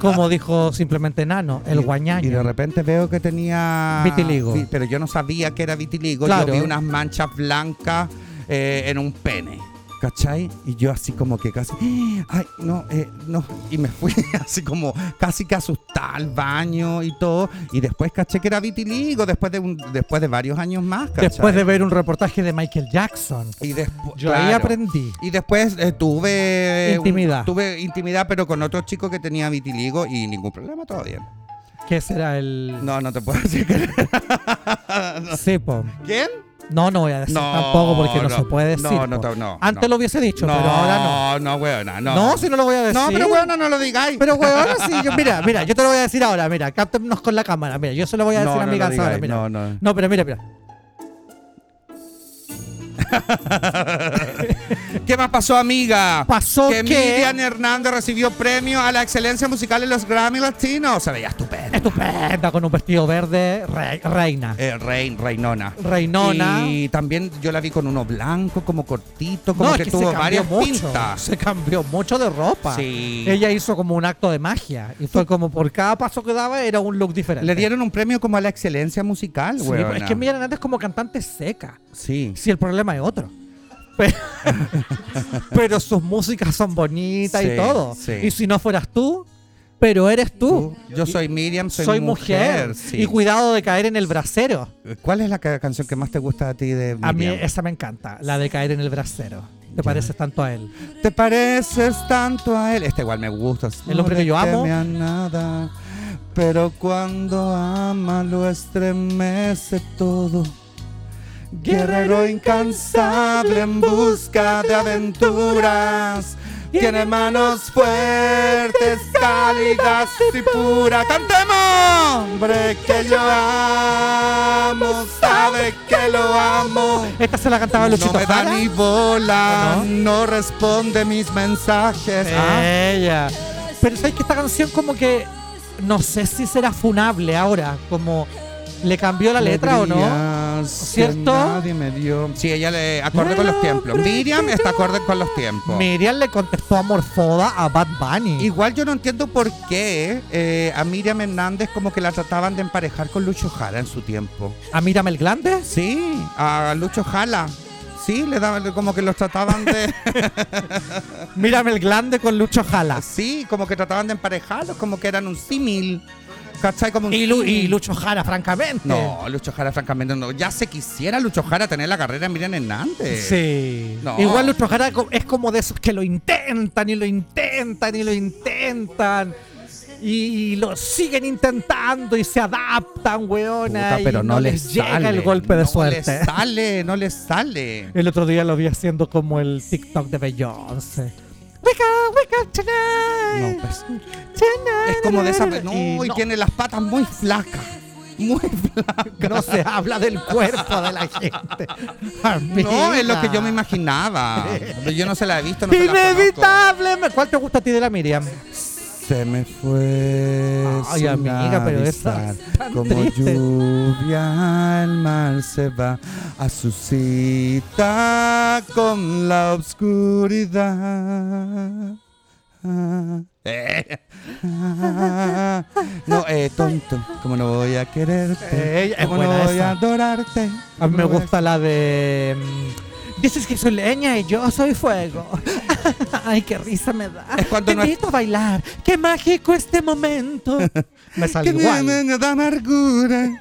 A: como dijo simplemente Nano, el
B: Y de
A: guañaño.
B: repente veo que tenía.
A: Vitiligo.
B: Vi- pero yo no sabía que era vitiligo.
A: Claro.
B: Yo vi unas manchas blancas eh, en un pene. ¿Cachai? Y yo así como que casi. Ay, no, eh, no. Y me fui así como casi que asustada al baño y todo. Y después caché que era vitiligo después de, un, después de varios años más. ¿cachai?
A: Después de ver un reportaje de Michael Jackson.
B: Y después.
A: Yo ahí
B: claro.
A: aprendí.
B: Y después eh, tuve.
A: Intimidad.
B: tuve intimidad, pero con otro chico que tenía vitiligo y ningún problema, todo bien.
A: ¿Qué será el
B: No, no te puedo decir que.
A: cepo?
B: ¿Quién?
A: No, no voy a decir tampoco porque no, se puede decir.
B: No, no,
A: po.
B: no. no
A: Antes lo hubiese dicho,
B: no,
A: pero ahora
B: No,
A: no.
B: no, weona, no.
A: No, si no lo voy a decir.
B: No, pero weona, no lo digáis.
A: Pero weona, sí, yo, mira, mira, yo te lo voy a decir ahora, mira, captennos con la cámara, mira, yo se lo voy a
B: No,
A: decir a
B: no
A: mi
B: lo
A: casa ahora,
B: digáis,
A: mira.
B: no, no.
A: pero mira, mira.
B: ¿Qué más pasó, amiga?
A: Pasó
B: que,
A: que-
B: Miriam Hernández recibió premio a la excelencia musical en los Grammy Latinos. Se veía estupenda.
A: Estupenda, con un vestido verde, re- reina.
B: Eh, rein, reinona.
A: Reinona.
B: Y también yo la vi con uno blanco, como cortito, como
A: No, es
B: que,
A: se
B: tuvo
A: cambió
B: varias
A: mucho,
B: pintas.
A: Se cambió mucho de ropa.
B: Sí.
A: Ella hizo como un acto de magia. Y fue como por cada paso que daba era un look diferente.
B: Le dieron un premio como a la excelencia musical,
A: Sí,
B: güey.
A: es que Miriam Hernández como cantante seca.
B: Sí.
A: Si el problema es otro. Pero, pero sus músicas son bonitas
B: Sí,
A: y todo.
B: sí.
A: Y si no fueras tú, pero eres tú.
B: Yo soy Miriam, soy,
A: mujer.
B: mujer. sí.
A: Y cuidado de caer en el brasero.
B: ¿Cuál es la ca- canción que más te gusta a ti de Miriam?
A: A mí esa me encanta, la de caer en el brasero. ¿Te pareces tanto a él?
B: Te pareces tanto a él. Este igual me gusta.
A: El hombre que yo
B: le
A: amo.
B: teme a nada, pero cuando ama lo estremece todo. Guerrero incansable en busca de aventuras. Tiene manos fuertes, cálidas y puras. ¡Cantemos! Hombre que yo amo, sabe que lo amo.
A: Esta se la cantaba Luchito
B: No me da
A: Jara.
B: ni bola,
A: Ah, ¿O Eh,
B: no responde mis mensajes. Ah,
A: Ella. Pero sabes que esta canción como que no sé si será funable ahora, como le cambió la letra o no.
B: alegrías que
A: ¿Cierto?
B: nadie me dio. Sí, ella le acorde con los tiempos. Miriam está acorde con los tiempos.
A: Miriam le contestó a Morfoda a Bad Bunny.
B: Igual yo no entiendo por qué eh, a Miriam Hernández como que la trataban de emparejar con Lucho Jara en su tiempo.
A: a Mírame el Glande.
B: Sí, a Lucho Jala. Sí, le daban como que los trataban de
A: Mírame el Glande con Lucho Jala.
B: sí, como que trataban de emparejarlos, como que eran un símil. ¿Cachai? Como un
A: Y, Lu- y
B: símil.
A: Lucho Jara, francamente.
B: No, Lucho Jara, francamente, no. Ya se quisiera Lucho Jara tener la carrera de Miriam Hernández.
A: Sí.
B: Eh, No.
A: Igual Lucho Jara co- es como de esos que lo intentan y lo intentan y lo intentan. Y, y lo siguen intentando y se adaptan, weona.
B: Puta, pero
A: y
B: no, les,
A: llega
B: sale.
A: el golpe de
B: no
A: suerte.
B: les sale, no les sale.
A: El otro día lo vi haciendo como el TikTok de Beyoncé. Wake up, wake up tonight.
B: No, pues.
A: Tonight.
B: Es como de esa. No, y,
A: Eh, no,
B: tiene las patas muy flacas. Muy flacas.
A: no se habla del cuerpo de la gente.
B: No, es lo que yo me
A: Amiga.
B: imaginaba. Pero Yo no se la he visto. No se la conozco.
A: Inevitable. ¿Cuál te gusta a ti de la Miriam?
B: Se me fue.
A: Ay,
B: sin
A: amiga, pero esa
B: avisar.
A: es tan
B: Como
A: triste.
B: lluvia, el mar se va a su cita con la oscuridad. Eh. Ah, No, eh, tonto, como no voy a
A: Eh,
B: quererte,
A: es
B: como no
A: buena
B: voy
A: esa.
B: a adorarte.
A: A mí
B: cómo
A: me
B: no voy
A: gusta la de. mm, Dices que soy leña y yo soy fuego. Ay, qué risa me da.
B: Es cuando
A: Te
B: no es-
A: invito a bailar. Qué mágico este momento. eh. me
B: a-
A: sale
B: Que me-
A: igual.
B: me da amargura. Eh,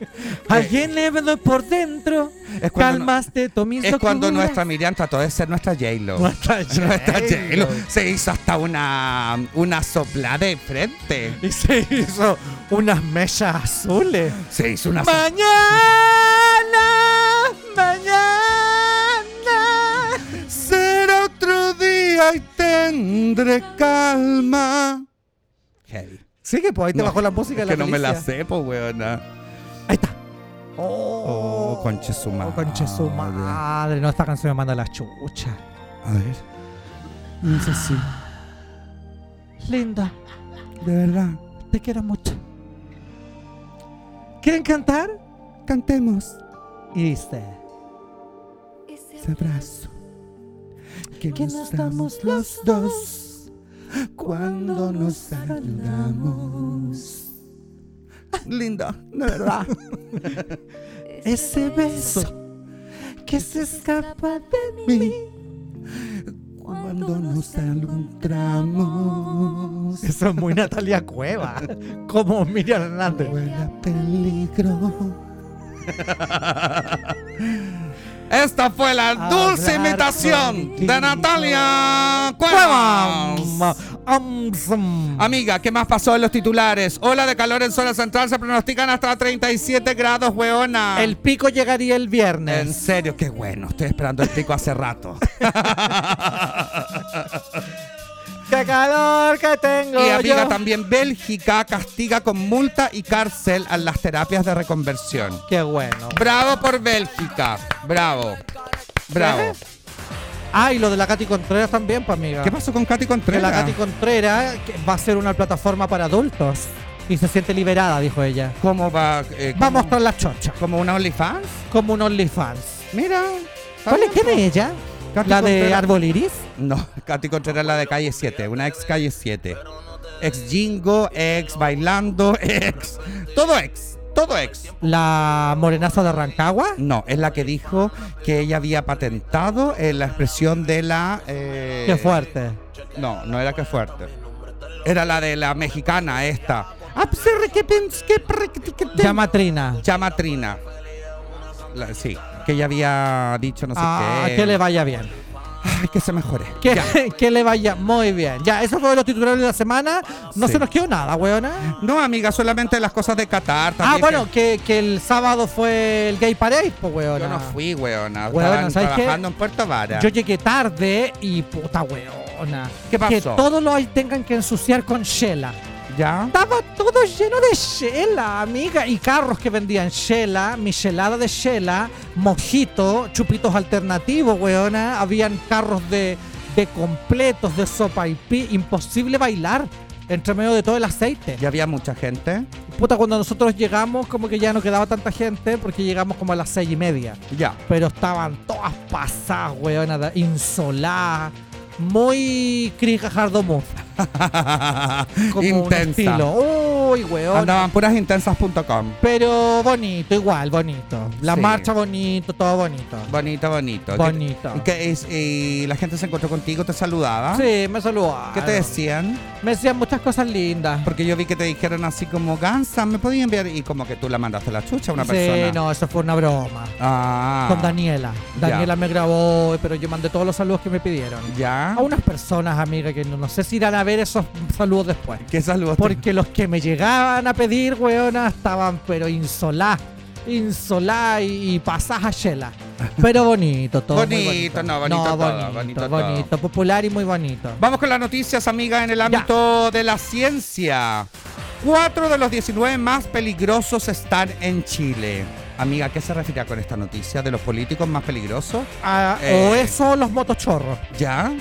A: Alguien le veo por dentro.
B: Es cuando no-
A: Calmaste tu mis
B: Es cuando
A: locuras.
B: nuestra Miriam trató de ser nuestra J-Lo.
A: Nuestra
B: Nuestra
A: J-Lo.
B: J-Lo. Se hizo hasta una, una soplada de frente.
A: Y se hizo unas mechas azules.
B: Se hizo una so-
A: Mañana, mañana.
B: Será otro día y tendré calma. Heavy.
A: Sí, que pues ahí te
B: No,
A: bajó la música.
B: es
A: la
B: que no me la
A: Felicia.
B: sé, pues, weona.
A: Ahí está.
B: Oh, conche su madre.
A: Conche su madre. No, esta canción me manda la chucha.
B: A ver. No es así.
A: Linda,
B: De verdad.
A: te quiero mucho. ¿Quieren cantar?
B: Cantemos
A: Y dice:
B: ese abrazo. Que,
A: Que no estamos los dos
B: cuando nos saludamos. Linda, de verdad.
A: Ese beso que se escapa de mí.
B: Cuando nos alumbramos.
A: Eso es muy Natalia Cueva. Como Miriam Hernández.
B: Recuerda peligro. Esta fue la dulce
A: Hablar
B: imitación
A: contigo.
B: de Natalia Cuevas.
A: Cueva. Amsum.
B: Amiga, ¿qué más pasó en los titulares? Ola de calor en zona central se pronostican hasta 37 grados, weona.
A: El pico llegaría el
B: En
A: viernes.
B: serio, qué bueno. Estoy esperando el pico hace rato.
A: ¡Qué calor que tengo!
B: y amiga,
A: yo!
B: también Bélgica castiga con multa y cárcel a las terapias de reconversión.
A: ¡Qué bueno!
B: Bravo por Bélgica. Bravo. Bravo.
A: Ah, y lo de la Katy Contreras también, pues amiga.
B: ¿Qué pasó con Katy
A: Que
B: Contreras?
A: la Katy Contreras que va a ser una plataforma para adultos y se siente liberada, dijo ella.
B: ¿Cómo va? eh,
A: Va a
B: cómo-
A: mostrar la chocha,
B: ¿Como una OnlyFans?
A: como un OnlyFans.
B: Mira. está
A: ¿Cuál es,
B: bien, pues.
A: ¿Quién es ella?
B: Katy
A: ¿La de
B: Contreras.
A: Arboliris?
B: No, Katy Contreras la de calle 7, una ex calle 7. Ex Jingo, ex Bailando, ex. Todo ex, todo ex.
A: ¿La morenaza de Rancagua?
B: No, es la que dijo que ella había patentado eh, la expresión de la. eh,
A: Qué fuerte.
B: No, no era que fuerte. Era la de la mexicana esta. Ah, pues, erre, que pens- que perre, que te- que te-
A: Llama a Trina.
B: Llama Trina. La- sí, que ella había dicho no sé
A: Ah,
B: qué.
A: que le vaya bien.
B: Ay, que se mejore.
A: Que, que le vaya muy bien. Ya, eso fue los titulares de la semana. No
B: Sí.
A: se nos quedó nada, weona.
B: No, amiga, solamente las cosas de Qatar.
A: Ah,
B: también
A: bueno, que, que el sábado fue el Gay Parade, pues,
B: que-
A: weona.
B: Yo no fui, weona.
A: Weona,
B: Estaban
A: ¿sabes qué?
B: trabajando en Puerto Vara.
A: Yo llegué tarde y puta weona.
B: ¿Qué pasó?
A: Que todo lo hay- tengan que ensuciar con Shela.
B: ¿Ya?
A: Estaba todo lleno de Shela, amiga. Y carros que vendían Shela, michelada de Shela, mojito, chupitos alternativos, weona. Habían carros de, de completos, de sopa y pi. Imposible bailar entre medio de todo el aceite.
B: ¿Ya había mucha gente?
A: Puta, cuando nosotros llegamos, como que ya no quedaba tanta gente porque llegamos como a las seis y media
B: Ya.
A: pero estaban todas pasadas, weona, da- insoladas, muy Chris Gajardo Mood, como un
B: Intensa.
A: estilo. Uy, weona.
B: Andaban puras intensas.com.
A: Pero bonito, igual, bonito. La
B: Sí.
A: marcha bonito, todo bonito.
B: Bonito, bonito.
A: Bonito. Ah,
B: ¿Qué- qué es- y la gente se encontró contigo, te saludaba.
A: Sí, me saludaron.
B: ¿Qué te decían?
A: Me decían muchas cosas lindas.
B: Porque yo vi que te dijeron así como, Gansa, ¿me podías enviar? Y como que tú la mandaste a la chucha a una
A: sí,
B: persona.
A: no, eso fue una broma.
B: Ah.
A: Con Daniela.
B: Ya.
A: Daniela me grabó, pero yo mandé todos los saludos que me pidieron.
B: ¿Ya?
A: A unas personas, amiga, que no, no sé si irán a ver esos saludos después.
B: ¿Qué saludos? te-
A: Porque los que me llegaban a pedir, weona, estaban pero insolá, insolá y, y pasás a Shela. Pero bonito, todo. muy
B: Bonito,
A: bonito,
B: no, bonito todo,
A: bonito,
B: bonito todo.
A: bonito, popular y muy bonito.
B: Vamos con las noticias, amiga, en el ámbito de la ciencia. Cuatro de los 19 más peligrosos están en Chile. Amiga, ¿a ¿qué se refiere con esta noticia de los políticos más peligrosos?
A: Ah,
B: Eh.
A: O eso o los motochorros.
B: ¿Ya?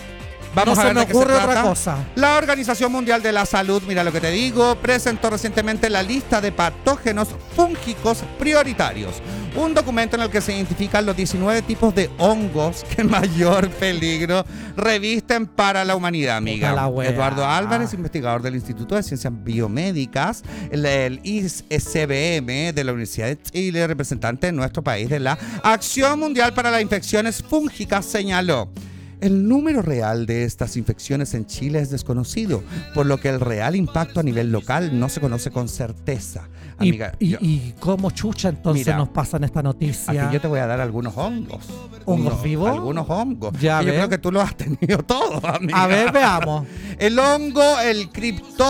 B: Vamos a
A: no se
B: ver
A: me
B: de qué
A: ocurre
B: se
A: otra
B: trata.
A: cosa.
B: La Organización Mundial de la Salud, mira lo que te digo, presentó recientemente la lista de patógenos fúngicos prioritarios. Un documento en el que se identifican los 19 tipos de hongos que mayor peligro revisten para la humanidad, amiga.
A: Puta la wea.
B: Eduardo Álvarez, investigador del Instituto de Ciencias Biomédicas, el, el ISBM de la Universidad de Chile, representante de nuestro país de la Acción Mundial para las Infecciones Fúngicas, señaló. El número real de estas infecciones en Chile es desconocido, por lo que el real impacto a nivel local no se conoce con certeza.
A: Y-
B: Amiga,
A: y,
B: yo,
A: y cómo chucha entonces
B: Mira.
A: nos pasan esta noticia.
B: aquí yo te voy a dar algunos hongos.
A: ¿Hongos
B: Uno-
A: vivos?
B: Algunos hongos.
A: Ya
B: Que yo
A: ves.
B: creo que tú los has tenido todos, amiga.
A: A ver, veamos.
B: El hongo, el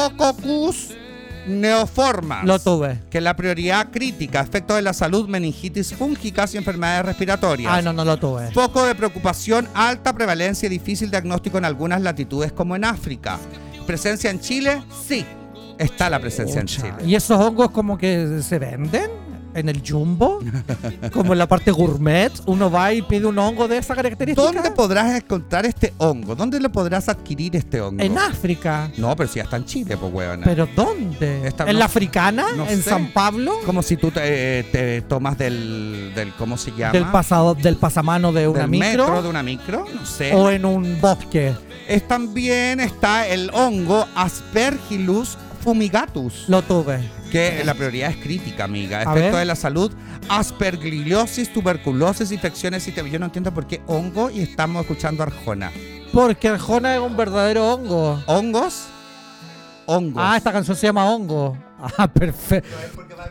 B: Cryptococcus neoformas.
A: Lo tuve.
B: Que es la prioridad crítica, efectos de la salud, meningitis fúngicas y enfermedades respiratorias.
A: Ah, no, no lo tuve.
B: Poco de preocupación, alta prevalencia y difícil diagnóstico en algunas latitudes como en África. ¿Presencia en Chile? Sí. Está la presencia en
A: Pucha.
B: Chile.
A: ¿Y esos hongos como que se venden? ¿En el jumbo? ¿Como en la parte gourmet? ¿Uno va y pide un hongo de esa característica?
B: ¿Dónde podrás encontrar este hongo? ¿Dónde lo podrás adquirir este hongo?
A: En África.
B: No, pero si ya está en Chile, pues huevona.
A: ¿Pero dónde?
B: Esta
A: ¿En
B: no-
A: la africana?
B: no
A: ¿En
B: sé.
A: San Pablo?
B: Como si tú te, eh, te tomas del, del, ¿cómo se llama?
A: ¿Del, pasado, ¿Del pasamano de una
B: del
A: micro?
B: metro, de una micro, no sé.
A: ¿O en un bosque?
B: Es, también está el hongo Aspergillus fumigatus.
A: Lo tuve.
B: que la prioridad es crítica, amiga.
A: A
B: Efecto
A: ver.
B: de la salud, aspergillosis, tuberculosis, infecciones y te- yo no entiendo por qué hongo y estamos escuchando Arjona.
A: Porque Arjona es un verdadero hongo.
B: ¿Hongos? Hongos.
A: Ah, esta canción se llama Hongo. Ah, perfecto.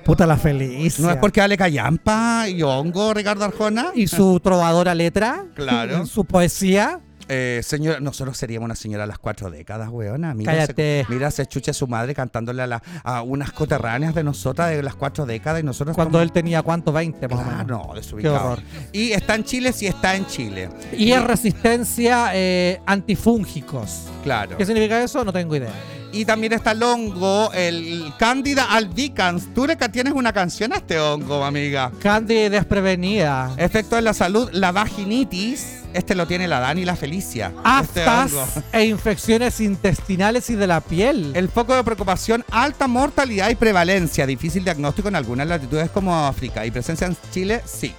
A: Puta la feliz.
B: ¿No es porque Ale Callampa y hongo, Ricardo Arjona?
A: Y su trovadora letra.
B: Claro.
A: Su poesía.
B: Eh, señora, nosotros seríamos una señora a las cuatro décadas, weona. Mira,
A: Cállate.
B: Se, mira, se chucha su madre cantándole a, la- a unas coterráneas de nosotras de las cuatro décadas y nosotros
A: Cuando
B: estamos-
A: él tenía cuánto, 20 más o menos.
B: Claro, no, desubicado.
A: horror.
B: Y está en Chile, sí está en Chile.
A: Y es resistencia eh, antifúngicos.
B: Claro.
A: ¿Qué significa eso? No tengo idea.
B: Y también está el hongo, el Cándida albicans. Tú le ca- tienes una canción a este hongo, amiga.
A: Candy desprevenida.
B: Efecto en la salud, la vaginitis, Este lo tiene la Dani y la Felicia. Este
A: aftas
B: hongo.
A: e infecciones intestinales y de la piel.
B: El foco de preocupación, alta mortalidad y prevalencia, difícil diagnóstico en algunas latitudes como África y presencia en Chile, sí.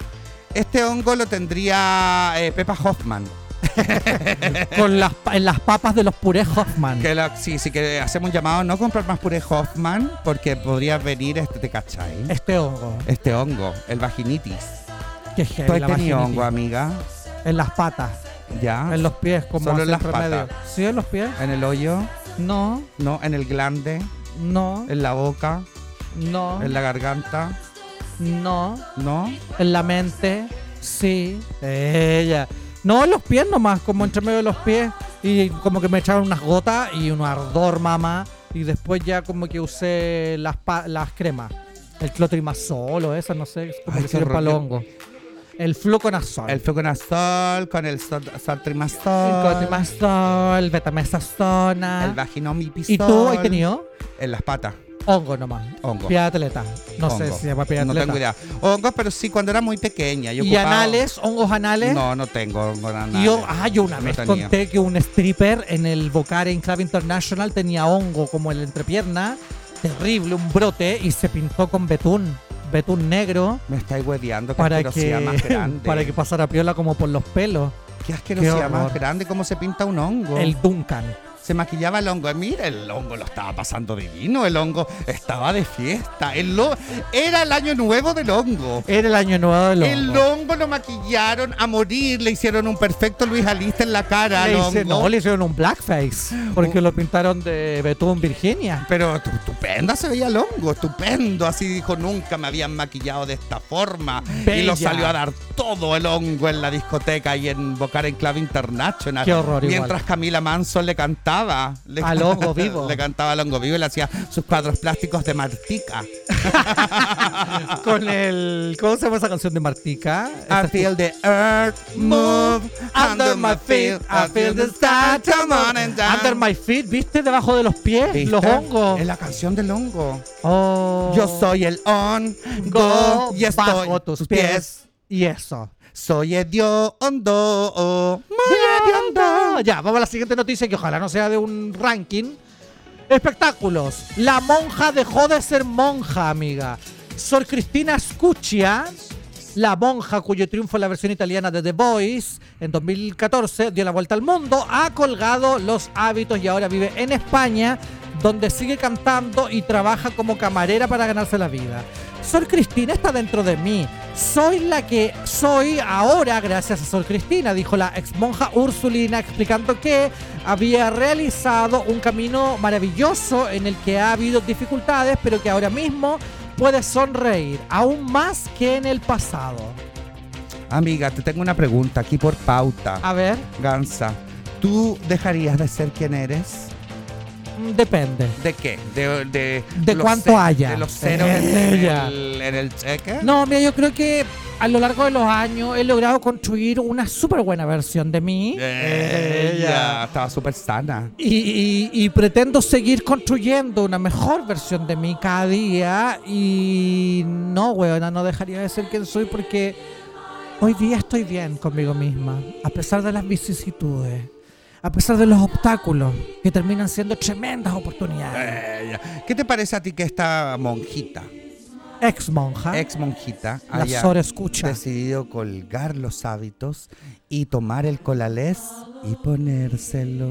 B: Este hongo lo tendría eh, Pepa Hoffman,
A: con las, pa- en las papas de los purés Hoffman.
B: que lo- sí, sí que hacemos un llamado a no comprar más puré Hoffman porque podría venir este, ¿te cachai?
A: Este hongo.
B: Este hongo, el vaginitis.
A: Que es
B: ¿Tú
A: heavy,
B: has
A: Eh, la
B: tenido
A: vaginitis.
B: hongo, amiga?
A: En las patas,
B: ¿Ya?
A: en los pies, como
B: Ah, Solo
A: hace
B: en las
A: el remedio.
B: patas. Eh.
A: ¿Sí, en los pies?
B: ¿En el hoyo?
A: No,
B: ¿No? ¿En el glande?
A: no,
B: ¿En la boca?
A: no,
B: ¿En la garganta?
A: no.
B: ¿No?
A: En la mente, sí. Ella. No, en los pies nomás, como entre medio de los pies. Y como que me echaron unas gotas y un ardor, mamá. Y después ya como que usé las, pa- las cremas. El clotrimazol o esa, no sé, como
B: Ay,
A: que
B: qué
A: sirve para el
B: horror.
A: hongo. El fluconazol.
B: El fluconazol, con el sol-
A: El
B: saltrimazol.
A: clotrimazol, betamesazona.
B: El vaginomipistol.
A: ¿Y tú has tenido?
B: En las patas,
A: Hongo nomás.
B: hongo.
A: Pie de atleta. No sé
B: hongo.
A: si se llama pie de
B: No
A: atleta.
B: tengo idea. Hongos, pero sí, cuando era muy pequeña. Yo
A: ¿Y
B: ocupaba-
A: anales? ¿Hongos anales?
B: No, no tengo hongo anales.
A: Y Yo, ah, yo una
B: No
A: vez
B: tenía.
A: conté que un stripper en el Bocare en Club International tenía hongo como en la entrepierna, terrible, un brote, y se pintó con betún, betún negro,
B: Me estáis hueveando. Qué
A: para
B: asquerosidad más
A: que,
B: grande.
A: para que pasara piola como por los pelos.
B: Qué asquerosidad
A: Qué
B: más
A: horror.
B: grande. ¿Cómo se pinta un hongo?
A: El Duncan.
B: Se maquillaba el hongo. Mira, el hongo lo estaba pasando divino. El hongo estaba de fiesta. El lo- Era el año nuevo del hongo.
A: Era el año nuevo del hongo.
B: El hongo lo maquillaron a morir, le hicieron un perfecto Luis Alista en la cara al
A: Le hice-
B: hongo. Oh.
A: no, le hicieron un blackface, porque
B: Un-
A: lo pintaron de betún Virginia.
B: Pero estu- estupenda se veía el hongo, estupendo. Así dijo, nunca me habían maquillado de esta forma. Y lo
A: Bella.
B: salió a dar todo el hongo en la discoteca y en Bocar Enclave International.
A: Qué horror igual.
B: Mientras Camila Manson le cantaba. Le
A: Al hongo vivo.
B: Le cantaba al hongo vivo y le hacía sus cuadros plásticos de Martica. Ah,
A: Con el. ¿Cómo se llama esa canción de Martica?
B: I
A: Esa-
B: feel the earth move
A: Under my feet, I feel the sky come on and down. Under my feet, ¿viste? Debajo de los pies,
B: ¿Viste?
A: los hongos.
B: Es la canción del hongo.
A: Oh.
B: Yo soy el hongo
A: Go
B: y estoy
A: bajo tus pies. Y eso.
B: Soy hediondo.
A: Ya, vamos a la siguiente noticia que ojalá no sea de un ranking. Espectáculos. La monja dejó de ser monja, amiga. Sor Cristina Scuccia, la monja cuyo triunfo en la versión italiana de The Voice en 2014 dio la vuelta al mundo, ha colgado los hábitos y ahora vive en España, donde sigue cantando y trabaja como camarera para ganarse la vida. Sor Cristina está dentro de mí. Soy la que soy ahora gracias a Sor Cristina, dijo la ex monja Ursulina, explicando que había realizado un camino maravilloso en el que ha habido dificultades, pero que ahora mismo puede sonreír, aún más que en el pasado.
B: Amiga, te tengo una pregunta aquí por pauta.
A: A ver,
B: Gansa, ¿tú dejarías de ser quien eres?
A: mm, depende.
B: ¿De qué? ¿De, de,
A: ¿De
B: los
A: cuánto
B: ce-
A: haya?
B: ¿De los ceros
A: Ella.
B: en, el, en el cheque?
A: No, mira, yo creo que a lo largo de los años he logrado construir una súper buena versión de mí.
B: Ella. Estaba súper sana.
A: Y, y- y pretendo seguir construyendo una mejor versión de mí cada día. Y no, weona, no dejaría de ser quien soy porque hoy día estoy bien conmigo misma, a pesar de las vicisitudes, a pesar de los obstáculos que terminan siendo tremendas oportunidades.
B: Ella. ¿Qué te parece a ti que esta monjita,
A: Ex monja,
B: ex monjita,
A: Ah. la
B: haya-
A: Sor Escucha.
B: decidido colgar los hábitos y tomar el colalés y ponérselo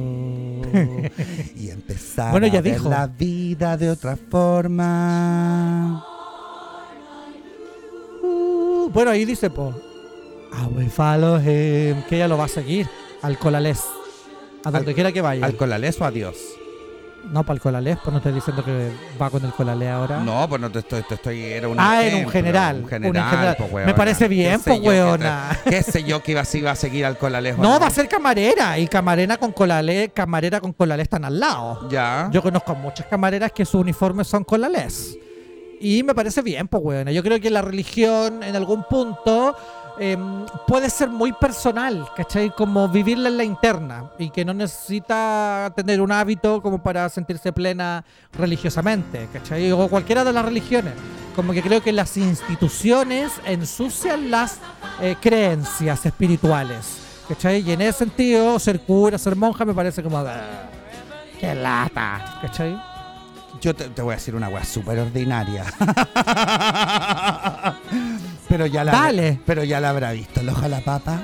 B: y empezar
A: Bueno, ya
B: a ver
A: dijo.
B: la vida de otra forma.
A: Uh, bueno, ahí dice, po. I will follow him, que ella lo va a seguir. Al Colalés. A donde
B: Al-
A: quiera que vaya.
B: ¿Al colalés o adiós?
A: No, para el Colalés, pues no estoy diciendo que va con el Colalés ahora.
B: No, pues no te estoy, te estoy era un
A: Ah, en
B: ejemplo,
A: un general,
B: un
A: un en general.
B: pues,
A: Me
B: huevona.
A: parece bien,
B: ¿Qué sé
A: pues,
B: yo que te-
A: huevona.
B: ¿Qué sé yo que iba, si iba a seguir al colalés? o
A: No, va a ser camarera. Y camarera con Colalés, camarera con Colalés están al lado.
B: Ya.
A: Yo conozco muchas camareras que sus uniformes son Colalés. Y me parece bien, pues, bueno. Yo creo que la religión, en algún punto, eh, puede ser muy personal, ¿cachai? Como vivirla en la interna y que no necesita tener un hábito como para sentirse plena religiosamente, ¿cachai? O cualquiera de las religiones. Como que creo que las instituciones ensucian las eh, creencias espirituales. ¿Cachai? Y en ese sentido, ser cura, ser monja, me parece como. "Ah, ¡Qué lata! ¿Cachai?
B: Yo te, te voy a decir una weá súper ordinaria. pero ya la
A: Dale.
B: Pero ya la habrá visto. El ojo a la papa,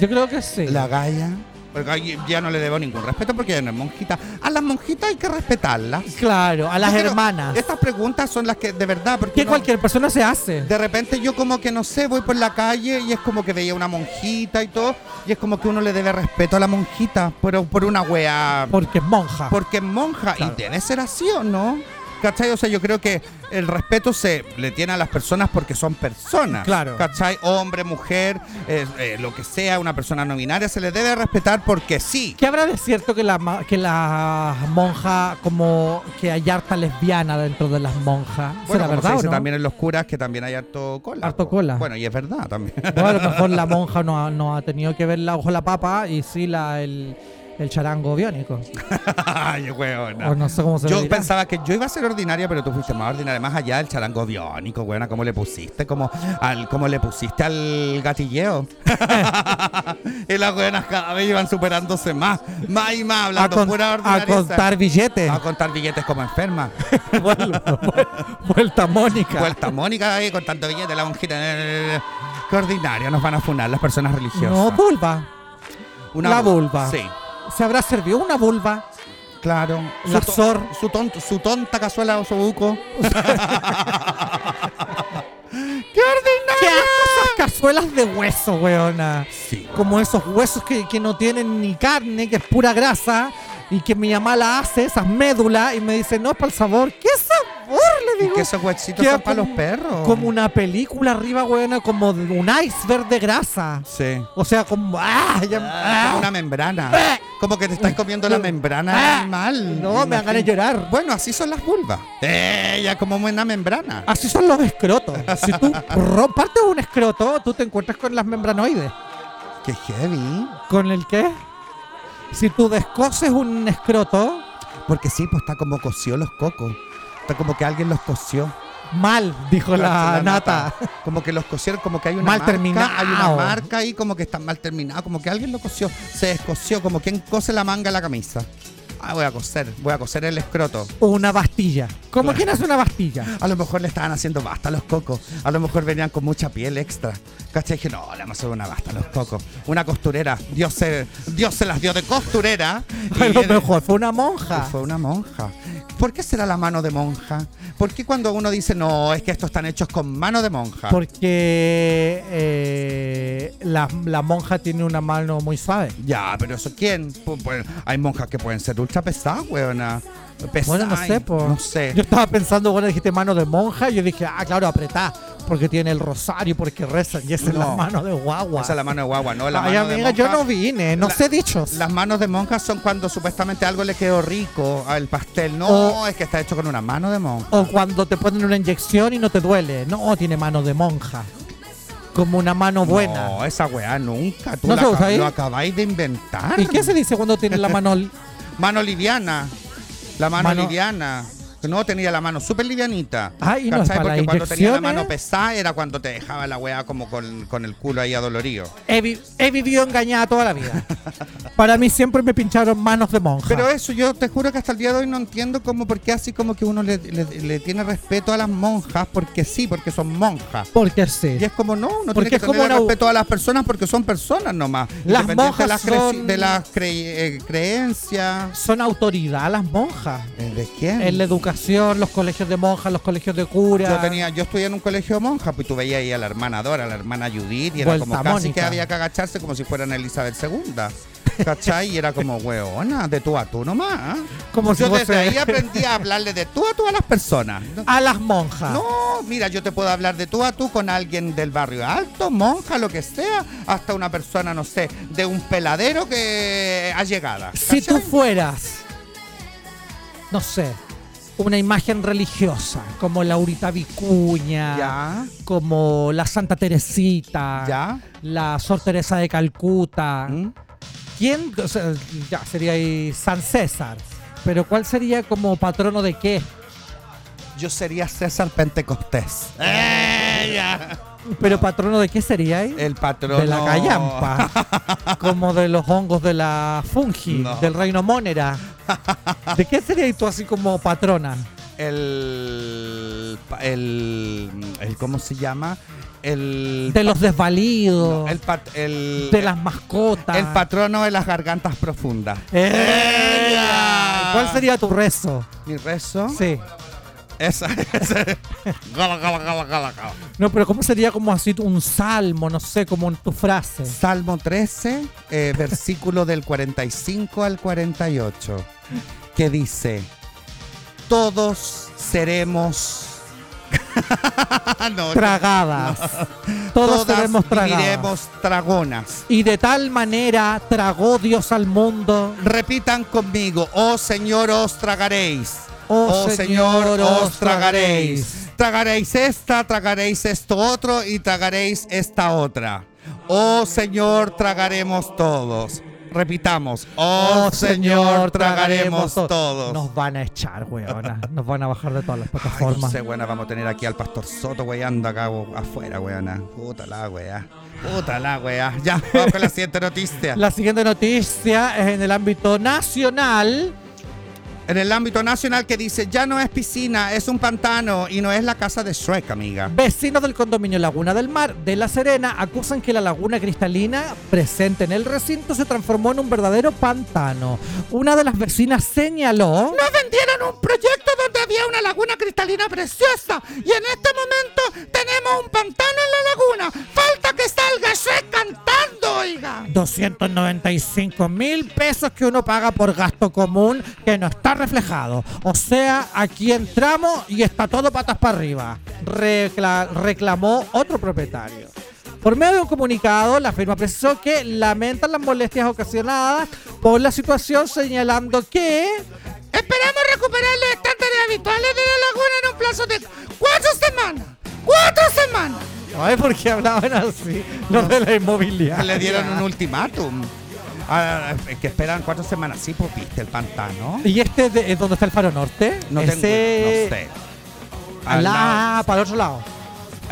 A: Yo creo que sí.
B: la galla. Porque ahí ya no le debo ningún respeto porque ella no es monjita. A las monjitas hay que respetarlas.
A: Claro, a las
B: Yo creo-
A: hermanas.
B: Estas preguntas son las que de verdad, porque
A: Que
B: uno-
A: cualquier persona se hace.
B: de repente yo como que no sé, voy por la calle y es como que veía una monjita y todo, y es como que uno le debe respeto a la monjita, pero por una weá
A: Porque es monja.
B: porque es monja
A: Claro.
B: y debe ser así o no. ¿Cachai? O sea, yo creo que el respeto se le tiene a las personas porque son personas.
A: Claro.
B: ¿Cachai? Hombre, mujer, eh, eh, lo que sea, una persona no binaria, se le debe respetar porque sí.
A: ¿Qué habrá de cierto que la, ma- que la monja, como que hay harta lesbiana dentro de las monjas?
B: Bueno,
A: ¿Será
B: como
A: verdad
B: se
A: o
B: dice
A: no?
B: también en los curas que también hay harto cola.
A: Harto
B: po.
A: cola.
B: Bueno, y es verdad también.
A: Bueno, a lo mejor la monja no ha, no ha tenido que ver la ojo la papa y sí la, el, el charango biónico.
B: Ay, weona.
A: O no sé cómo se
B: Yo
A: le dirá.
B: pensaba que yo iba a ser ordinaria, pero tú fuiste más ordinaria, más allá del charango biónico, buena, cómo le pusiste, como al, cómo le pusiste al gatilleo. y las buenas cada vez iban superándose más, más y más,
A: A,
B: hablando
A: con-
B: pura
A: a
B: ordinarieza.
A: contar billetes.
B: A contar billetes como enferma.
A: Vuelta Mónica.
B: Vuelta Mónica ahí contando billetes, la monjita. eh, Qué ordinaria, nos van a funar las personas religiosas.
A: no, vulva. la
B: bu-
A: vulva.
B: Sí,
A: ¿Se habrá servido una vulva?
B: claro.
A: La
B: Su to-
A: sor.
B: Su, tonto- su tonta cazuela o su buco. ¡Qué ordinaria!
A: ¡Qué asco esas cazuelas de hueso, weona!
B: Sí.
A: Como esos huesos que, que no tienen ni carne, que es pura grasa, y que mi mamá la hace, esas médulas, y me dice, no, es para el sabor. ¿Qué sabor? Le digo.
B: Que esos huesitos
A: Queda
B: son para los
A: como-
B: perros.
A: Como una película arriba, weona, como de un iceberg de grasa.
B: Sí.
A: O sea, como... ¡Ah! Ya-
B: Como
A: ah.
B: una membrana. Como que te estás comiendo la
A: Ah.
B: membrana animal.
A: No, me dan ganas de
B: imagino.
A: llorar.
B: Bueno, así son las vulvas. Ella como una membrana.
A: Así son los escrotos. Si tú romparte un escroto, tú te encuentras con las membranoides.
B: Qué heavy.
A: ¿Con el qué? Si tú descoces un escroto,
B: Porque sí, pues está como coció los cocos. Está como que alguien los coció.
A: mal, dijo la, nata.
B: Como que los cosieron, como que hay una
A: Mal
B: marca.
A: terminado.
B: Hay una marca ahí como que está mal terminado. Como que alguien lo cosió. Se descosió. Como quien cose la manga a la camisa. Ah, voy a coser. Voy a coser el escroto.
A: Una bastilla. ¿Cómo quién hace una bastilla?
B: A lo mejor le estaban haciendo basta a los cocos. A lo mejor venían con mucha piel extra. ¿Cachai? Dije, no, le vamos a hacer una basta a los cocos. Una costurera. Dios se, Dios se las dio de costurera.
A: A
B: Y
A: lo
B: era-
A: mejor fue una monja.
B: Fue una monja. ¿Por qué será la mano de monja? ¿Por qué cuando uno dice, no, es que estos están hechos con mano de monja?
A: Porque eh, la, la monja tiene una mano muy suave.
B: Ya, pero eso, ¿quién? Pu- pu- hay monjas que pueden ser ultra pesadas, weona. Pesadas,
A: Bueno, no sé, po.
B: No sé.
A: Yo estaba pensando, bueno, dijiste mano de monja, y yo dije, ah, claro, apretá, porque tiene el rosario, porque rezan, y esa es la
B: No.
A: mano de guagua.
B: Esa es la mano de guagua, ¿no? La
A: Ay,
B: mano de
A: amiga, yo
B: monja-
A: no vine, no
B: La-
A: sé dichos.
B: Las manos de monjas son cuando supuestamente algo le quedó rico al pastel. No,
A: O-
B: es que está hecho con una mano de monja.
A: O cuando te ponen una inyección y no te duele. No, tiene mano de monja. Como una mano buena.
B: No, esa weá nunca. Tú
A: ¿No
B: la
A: se
B: acab-
A: usa ahí?
B: lo acabáis de inventar.
A: ¿Y qué se dice cuando tienes la mano? li-
B: Mano liviana. La mano,
A: Mano-
B: liviana. No, tenía la mano súper livianita.
A: Ay, no,
B: ¿Cachai?
A: para ¿eh?
B: Porque
A: las
B: cuando tenía la mano
A: inyecciones.
B: pesada era cuando te dejaba la weá como con, con el culo ahí adolorido.
A: He, vi- he vivido engañada toda la vida. Para mí siempre me pincharon manos de monja.
B: Pero eso, yo te juro que hasta el día de hoy no entiendo cómo, porque así como que uno le, le- le tiene respeto a las monjas, porque sí, porque son monjas.
A: Porque sí.
B: Y es como no, no
A: Porque
B: tiene que
A: es como
B: tener
A: una-
B: respeto a las personas porque son personas nomás.
A: Las
B: Independiente
A: monjas
B: de las, cre-
A: son-
B: de las cre- eh, creencias.
A: Son autoridad las monjas.
B: Eh, ¿De quién?
A: En la educación, los colegios de monjas, los colegios de curas.
B: yo tenía, yo estudié en un colegio de monjas, pues tú veías ahí a la hermana Dora, a la hermana Judith, y era
A: Vuelta
B: como casi
A: Mónica.
B: que había que agacharse como si fueran Elizabeth II. ¿Cachai? Y era como, weona, de tú a tú nomás. ¿eh?".
A: Como si
B: yo desde
A: fuese-
B: ahí aprendí a hablarle de tú a tú a las personas.
A: A las monjas.
B: No, mira, yo te puedo hablar de tú a tú con alguien del barrio alto, monja, lo que sea, hasta una persona, no sé, de un peladero que ha llegado.
A: si tú fueras, no sé, una imagen religiosa, como Laurita Vicuña,
B: Ya,
A: como la Santa Teresita,
B: ya.
A: la Sor Teresa de Calcuta,
B: ¿Mm?
A: ¿quién? o sea, ya, sería ahí San César. Pero ¿cuál sería como patrono de qué?
B: Yo sería César Pentecostés. ya.
A: Pero patrono de qué seríais?
B: El patrón.
A: de la callampa, como de los hongos de la fungi,
B: No.
A: del reino monera. ¿De qué serías tú así como patrona?
B: El, el. el- ¿Cómo se llama? El.
A: De los desvalidos,
B: el, pat- el-
A: de las Eh, mascotas.
B: el patrono de las gargantas profundas.
A: ¡Ella!
B: ¡Ella!
A: ¿Cuál sería tu rezo?
B: Mi rezo.
A: Sí.
B: Esa, esa. Gala, gala, gala, gala, gala.
A: No, pero ¿cómo sería como así un salmo? No sé, como en tu frase.
B: Salmo 13, eh, versículo del 45 al 48, que dice, todos seremos... No,
A: Tragadas. Todos
B: todas
A: seremos tragadas.
B: viviremos dragonas.
A: Y de tal manera tragó Dios al mundo.
B: Repitan conmigo, oh Señor, os tragaréis.
A: Oh, Señor, os
B: os tragaréis. Tragaréis esta, tragaréis esto otro y tragaréis esta otra. Oh Señor, tragaremos todos. Repitamos, oh, Señor, tragaremos
A: to-
B: todos.
A: Nos van a echar, weona. Nos van a bajar de todas las
B: Ay, no
A: plataformas.
B: sé, weona, vamos a tener aquí al pastor Soto weyando acá o- afuera, weona. Puta la wea. Puta la wea. Ya, vamos con la siguiente noticia.
A: la siguiente noticia es en el ámbito nacional.
B: En el ámbito nacional que dice, ya no es piscina, es un pantano y no es la casa de Shrek, amiga.
A: Vecinos del condominio Laguna del Mar de La Serena acusan que la laguna cristalina presente en el recinto se transformó en un verdadero pantano. Una de las vecinas señaló...
B: Nos vendieron un proyecto donde había una laguna cristalina preciosa y en este momento tenemos un pantano en la laguna. Falta que salga Shrek cantando, oiga.
A: 295 mil pesos que uno paga por gasto común que no está reflejado. O sea, aquí entramos y está todo patas para arriba, Recla- reclamó otro propietario. Por medio de un comunicado, la firma precisó que lamentan las molestias ocasionadas por la situación, señalando que
B: Esperamos recuperar los estándares habituales de la laguna en un plazo de cuatro semanas. ¡Cuatro semanas!
A: Ay, ¿por qué hablaban así los de la inmobiliaria?
B: Le dieron un ultimátum. Ah, es que esperan cuatro semanas. Sí, pues viste el pantano.
A: ¿Y este de- es donde está el Faro Norte?
B: No tengo, no
A: Ese-
B: sé. Al lado.
A: Alá, Ah, para el otro lado.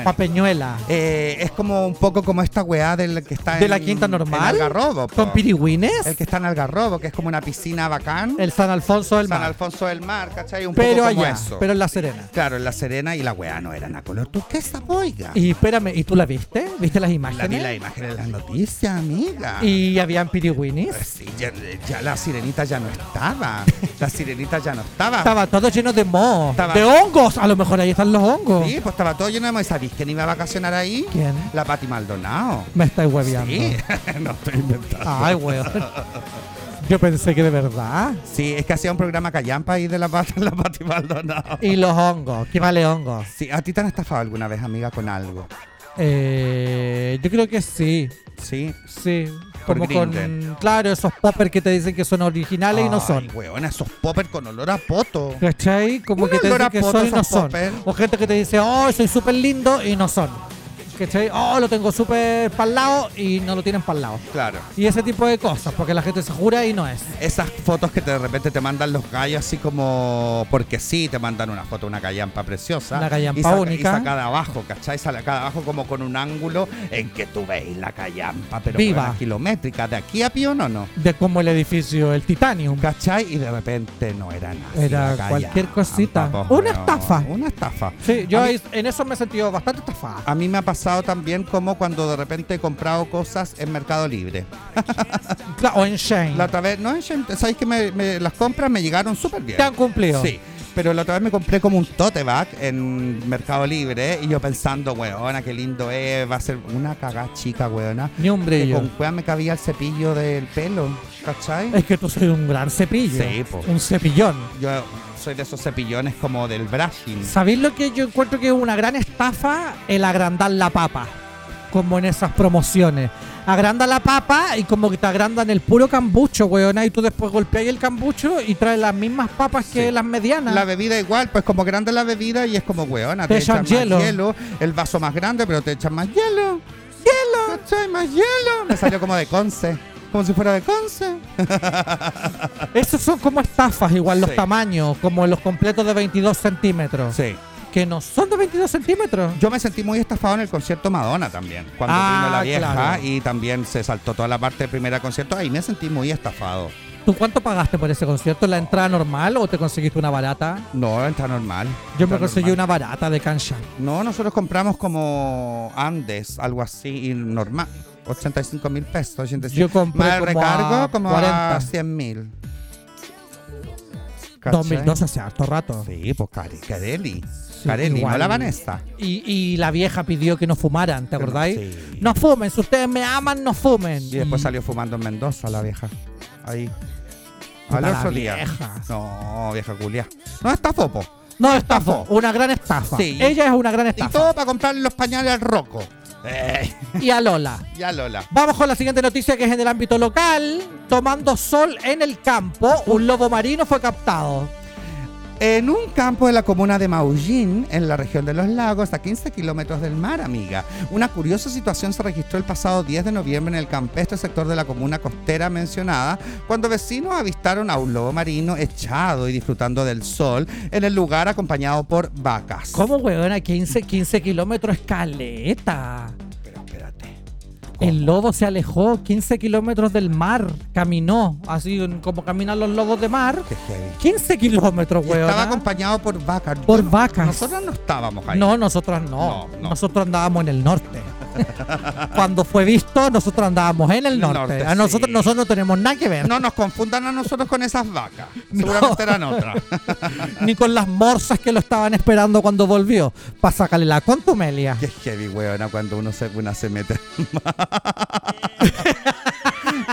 A: Pa' Peñuela.
B: Eh, es como un poco como esta weá del que está
A: De la
B: en-
A: quinta normal.
B: En Algarrobo. po.
A: Con pirigüines.
B: El
A: El,
B: que está en Algarrobo, que es como una piscina bacán.
A: San Alfonso del
B: San
A: Mar.
B: Alfonso del Mar, ¿cachai? Un
A: pero
B: poco como
A: allá,
B: eso.
A: pero en La Serena.
B: Claro, en La Serena y la weá no eran a color turquesa, poiga.
A: Y espérame, ¿y tú la viste? ¿Viste
B: La
A: las
B: vi
A: imágenes?
B: la imagen en las noticias, amiga.
A: y habían pirigüines.
B: Eh, sí, ya, ya la sirenita ya no estaba. La sirenita ya no estaba.
A: Estaba todo lleno de moho.
B: ah. Estaba-
A: De hongos. A lo mejor ahí están los hongos.
B: Sí, pues estaba todo lleno de moho. ¿Y ¿Sabéis quién iba a vacacionar ahí?
A: ¿Quién?
B: La Pati Maldonado.
A: Me estáis hueveando.
B: Sí, no estoy inventando.
A: Ay, weón. Yo pensé que de verdad.
B: Sí, es que hacía un programa callampa ahí de la, Pat- la Pati Maldonado.
A: Y los hongos. ¿Qué vale hongos?
B: Sí, ¿a ti te han estafado alguna vez, amiga, con algo?
A: Eh, yo creo que sí.
B: Sí.
A: Sí.
B: Por
A: Como con,
B: Grindr.
A: claro, esos poppers que te dicen que son originales y no son.
B: Ay, weona, esos popper con olor a poto.
A: ¿Cachai? Como
B: Un
A: que te
B: olor
A: dicen
B: a
A: que
B: poto
A: son y
B: esos
A: no son.
B: poppers.
A: O gente que te dice, oh, soy súper lindo y no son. ¿Cachai? Oh, lo tengo súper para lado y no lo tienen para lado.
B: Claro.
A: Y ese tipo de cosas, porque la gente se jura y no es.
B: Esas fotos que te- de repente te mandan los gallos así como porque sí, te mandan una foto, una callampa preciosa.
A: Una callampa
B: y saca-
A: única.
B: Y sacada abajo, ¿cachai? Sacada abajo como con un ángulo en que tú veis la callampa, pero
A: Viva.
B: weona, kilométrica. De aquí a Pío no, no.
A: De como el edificio, el Titanium.
B: ¿Cachai? Y de repente no era nada.
A: Era cualquier cosita. Una estafa.
B: Una estafa.
A: Sí, yo
B: A mí-
A: ahí- en eso me he sentido bastante estafada.
B: A mí me ha pasado también como cuando de repente he comprado cosas en Mercado Libre.
A: Cla- O en Shane.
B: La otra vez, no, en- ¿sabéis que me- me- las compras me llegaron súper bien?
A: Te han cumplido.
B: Sí. Pero la otra vez me compré como un tote bag en Mercado Libre y yo pensando, weona, qué lindo es, va a ser una cagá chica, weona.
A: Ni un
B: Que
A: brillo.
B: con cueva me cabía el cepillo del pelo, ¿cachai?
A: Es que tú soy un gran cepillo.
B: Sí, po.
A: Un cepillón.
B: Yo soy de esos cepillones como del brushing.
A: ¿Sabéis lo que yo encuentro que es una gran estafa? El agrandar la papa. Como en esas promociones. Agranda la papa y como que te agrandan el puro cambucho, weona. Y tú después golpeas el cambucho y traes las mismas papas que
B: Sí.
A: las medianas.
B: La bebida igual, pues como grande la bebida y es como weona,
A: Te
B: te,
A: echan
B: echan,
A: hielo.
B: más hielo, el vaso más grande, pero te echan más hielo. Hielo, ¿cachai? más hielo. Me salió como de Conce, como si fuera de Conce.
A: Esos son como estafas, igual los
B: Sí.
A: tamaños, como los completos de 22 centímetros.
B: Sí.
A: que no son de 22 centímetros.
B: Yo me sentí muy estafado en el concierto Madonna también, cuando
A: Ah,
B: vino la vieja
A: claro.
B: y también se saltó toda la parte del primer concierto. Ahí me sentí muy estafado.
A: ¿Tú cuánto pagaste por ese concierto? ¿La entrada normal o te conseguiste una barata?
B: No, está normal.
A: Yo
B: Está
A: me conseguí
B: normal.
A: una barata de cancha.
B: No, nosotros compramos como Andes, algo así, y normal. 85 mil pesos. 85.
A: Yo compré
B: Más el
A: como
B: recargo
A: a
B: como
A: 40.
B: a 100 mil. ¿eh?
A: 2012, hace harto rato.
B: Sí, pues Cari- Carelli.
A: Sí,
B: Carelli,
A: igual.
B: no la Vanessa.
A: Y, y la vieja pidió que no fumaran, ¿te acordáis?
B: Sí.
A: No fumen, si ustedes me aman, no fumen.
B: Y después salió fumando en Mendoza la vieja. Ahí.
A: Puta
B: Al
A: la
B: otro día.
A: vieja.
B: No, vieja culia. No, está fopo.
A: No, estafó.
B: Estafó.
A: Una gran estafa.
B: Sí.
A: Ella es una gran
B: Y
A: estafa.
B: todo para comprarle los pañales al roco. Eh,
A: Y, a Lola.
B: ya Lola.
A: Vamos con la siguiente noticia que es en el ámbito local. Tomando sol en el campo, un lobo marino fue captado.
B: En un campo de la comuna de Maullín, en la región de los lagos, a 15 kilómetros del mar, amiga. Una curiosa situación se registró el pasado 10 de noviembre en el campestre sector de la comuna costera mencionada, cuando vecinos avistaron a un lobo marino echado y disfrutando del sol en el lugar acompañado por vacas.
A: ¿Cómo, weón? A 15, 15 kilómetros, caleta.
B: Pero espérate.
A: El lobo se alejó 15 kilómetros del mar. Caminó, así como caminan los lobos de mar.
B: Qué heavy.
A: 15 kilómetros,
B: Y estaba
A: weón. ¿ah?
B: acompañado por vacas.
A: Por
B: Yo no-
A: vacas.
B: Nosotros no estábamos ahí.
A: No, nosotros no.
B: No, no.
A: Nosotros andábamos en el norte. Cuando fue visto, nosotros andábamos en el
B: El
A: norte.
B: norte,
A: a nosotros,
B: sí.
A: nosotros no tenemos nada que ver.
B: No nos confundan a nosotros con esas vacas. Seguramente eran otras.
A: Ni con las morsas que lo estaban esperando cuando volvió. Para sacarle la contumelia.
B: Qué heavy, weona, cuando uno se, una se mete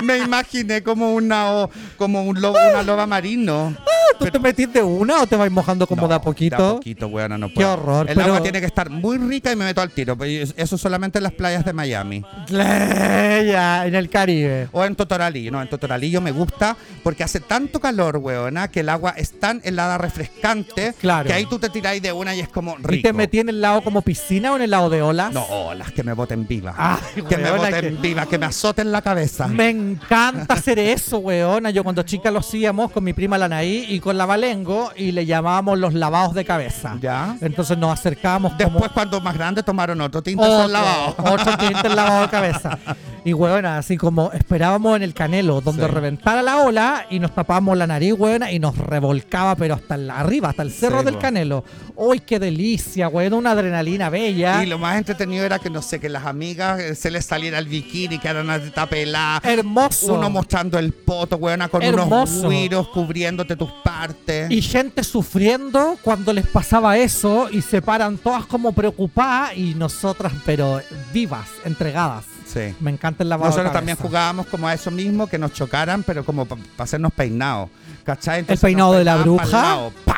B: Me imaginé como una o- como un lobo, una loba marino.
A: ¿Tú te metiste una o te vas mojando como
B: No,
A: de a poquito?
B: De a poquito, weona, no puedo.
A: horror,
B: El
A: pero-
B: agua tiene que estar muy rica y me meto al tiro. pues, Eso solamente en las playas de Miami.
A: Ya, en el Caribe.
B: O en Totoralillo. No, en Totoralillo me gusta porque hace tanto calor, weona, que el agua es tan helada, refrescante,
A: Claro.
B: que ahí tú te tiráis de una y es como rico.
A: ¿Y te metí en el lado como piscina o en el lado de olas?
B: No, las que me boten viva.
A: Ay,
B: que me
A: weona,
B: boten
A: que-
B: viva, que me azoten la cabeza.
A: Me encanta hacer eso, weona. Yo cuando chica lo hacíamos con mi prima Lanaí y con la Valengo y le llamábamos los lavados de cabeza.
B: Ya.
A: Entonces nos acercábamos como...
B: Después, cuando más grandes, tomaron otro tinto se han lavado.
A: otro cliente lavado de cabeza. Y weona, así como esperábamos en el canelo, donde
B: Sí.
A: reventara la ola y nos tapábamos la nariz, weona, y nos revolcaba, pero hasta la- arriba, hasta el cerro
B: Sí,
A: del
B: po.
A: canelo. ¡Uy, qué delicia, weona! Una adrenalina bella.
B: Y lo más entretenido era que, no sé, que las amigas eh, se les saliera el bikini, que eran de tapelá.
A: Hermoso.
B: Uno mostrando el poto, weona, con unos
A: Hermoso.
B: güiros cubriéndote tus partes.
A: Y gente sufriendo cuando les pasaba eso y se paran todas como preocupadas y nosotras, pero vivas, entregadas.
B: Sí.
A: Me encanta el lavado de
B: Nosotros
A: cabeza.
B: también jugábamos como a eso mismo, que nos chocaran, pero como para hacernos peinados. ¿Cachai?
A: peinado
B: nos
A: de la
B: peinaban pa'l
A: bruja. ¡Ah,
B: lado, ¡pa!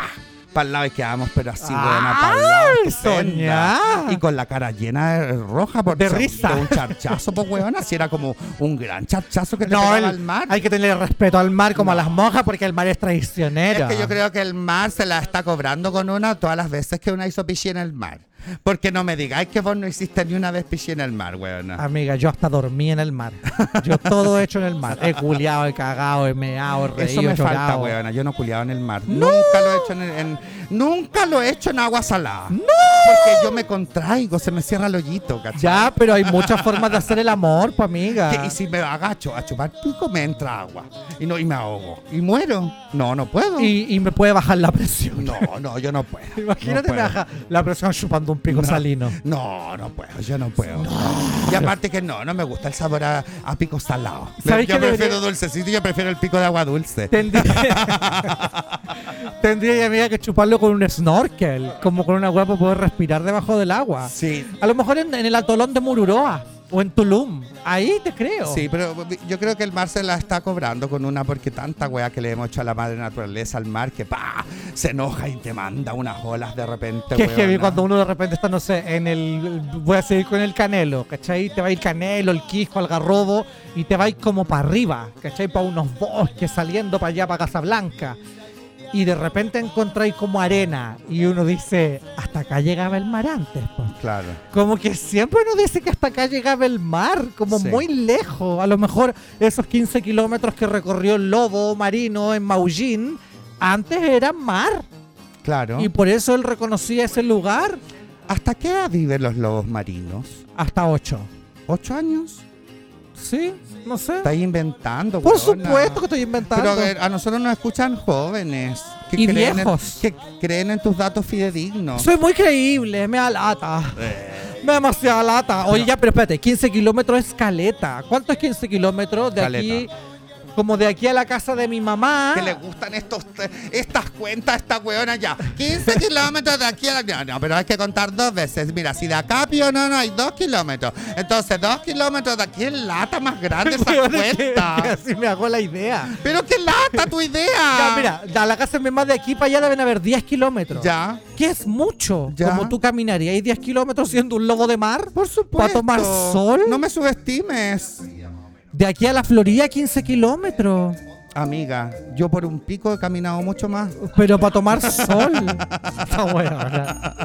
B: Para el lado y quedábamos, pero así, buena,
A: ¡Ay,
B: para el lado.
A: soñá!
B: estupenda. Y con la cara llena de roja por
A: De
B: ser-
A: risa.
B: de un charchazo, pues, weón. Así era como un gran charchazo que te
A: No,
B: pegaba
A: el-
B: al mar.
A: hay que tener respeto al mar como a las monjas porque el mar es traicionero.
B: Es que yo creo que el mar se la está cobrando con una todas las veces que una hizo pichi en el mar. Porque no me digáis que vos no hiciste ni una vez pichi en el mar, weón.
A: Amiga, yo hasta dormí en el mar. Yo todo he hecho en el mar. He culiado, he cagado, he meado, he
B: Eso
A: reído,
B: me
A: he
B: falta,
A: llorado.
B: weona. Yo no culiaba en el mar. Nunca lo he hecho en, el- en- nunca lo he hecho en agua salada. No. Porque yo me contraigo, se me cierra el hoyito, ¿cachai?
A: ya, pero hay muchas formas de hacer el amor, pues amiga.
B: Que- y si me agacho a chupar pico, me entra agua. Y no, y me ahogo. Y muero. No, no puedo.
A: Y, y me puede bajar la presión.
B: No, no, yo no puedo. No
A: Imagínate me
B: puedo.
A: baja la presión chupando un pico
B: No.
A: salino.
B: No, no puedo, yo no puedo. Y aparte que no, no me gusta el sabor a, a pico salado.
A: ¿Sabes
B: yo
A: qué debería-
B: prefiero dulcecito, yo prefiero el pico de agua dulce.
A: Tendría, tendría amiga que chuparlo con un snorkel, como con una hueá para poder respirar debajo del agua.
B: Sí.
A: A lo mejor en, en el atolón de Mururoa o en Tulum. Ahí te creo.
B: Sí, pero yo creo que el mar se la está cobrando con una porque tanta wea que le hemos hecho a la madre naturaleza al mar que pa se enoja y te manda unas olas de repente.
A: Que
B: weona.
A: heavy cuando uno de repente está, no sé, en el. Voy a seguir con el canelo, ¿cachai? Te va a ir canelo, el quisco, algarrobo, y te va a ir como para arriba, ¿cachai? Para unos bosques saliendo para allá, para Casablanca. Y de repente encontráis como arena, y uno dice, hasta acá llegaba el mar antes, po".
B: Claro.
A: Como que siempre uno dice que hasta acá llegaba el mar, como
B: Sí.
A: muy lejos. A lo mejor esos 15 kilómetros que recorrió el lobo marino en Maullín, antes era mar.
B: Claro.
A: Y por eso él reconocía ese lugar
B: ¿Hasta qué edad viven los lobos marinos?
A: hasta 8.
B: ¿Ocho años?
A: ¿Sí? No sé.
B: Está inventando.
A: Por
B: weona.
A: supuesto que estoy inventando.
B: Pero a, ver, a nosotros nos escuchan jóvenes. Que
A: Y
B: creen
A: viejos.
B: En, que creen en tus datos fidedignos. Eh,
A: Soy muy creíble, me da lata. Me da demasiada lata. Oye, ya, pero espérate, 15 kilómetros es caleta. ¿Cuánto es 15 kilómetros de
B: Caleta.
A: aquí? Como de aquí a la casa de mi mamá.
B: Que le gustan estos, estas cuentas, esta weona ya. 15 kilómetros de aquí a la. No, no, pero hay que contar dos veces. Mira, si de acá pío no, no, hay dos kilómetros. Entonces, dos kilómetros de aquí es lata más grande esa
A: Weón, es que- que
B: cuenta.
A: así me hago la idea.
B: Pero qué lata tu idea.
A: Ya, mira, de la casa de mi mamá de aquí para allá deben haber 10 kilómetros.
B: Ya.
A: Que es mucho.
B: Ya.
A: Como tú caminarías 10 kilómetros siendo un lobo de mar.
B: Por supuesto.
A: ¿Para tomar sol?
B: No me subestimes.
A: De aquí a la Florida 15 kilómetros.
B: Amiga, yo por un pico he caminado mucho más.
A: Pero para tomar sol. Está bueno, ¿verdad?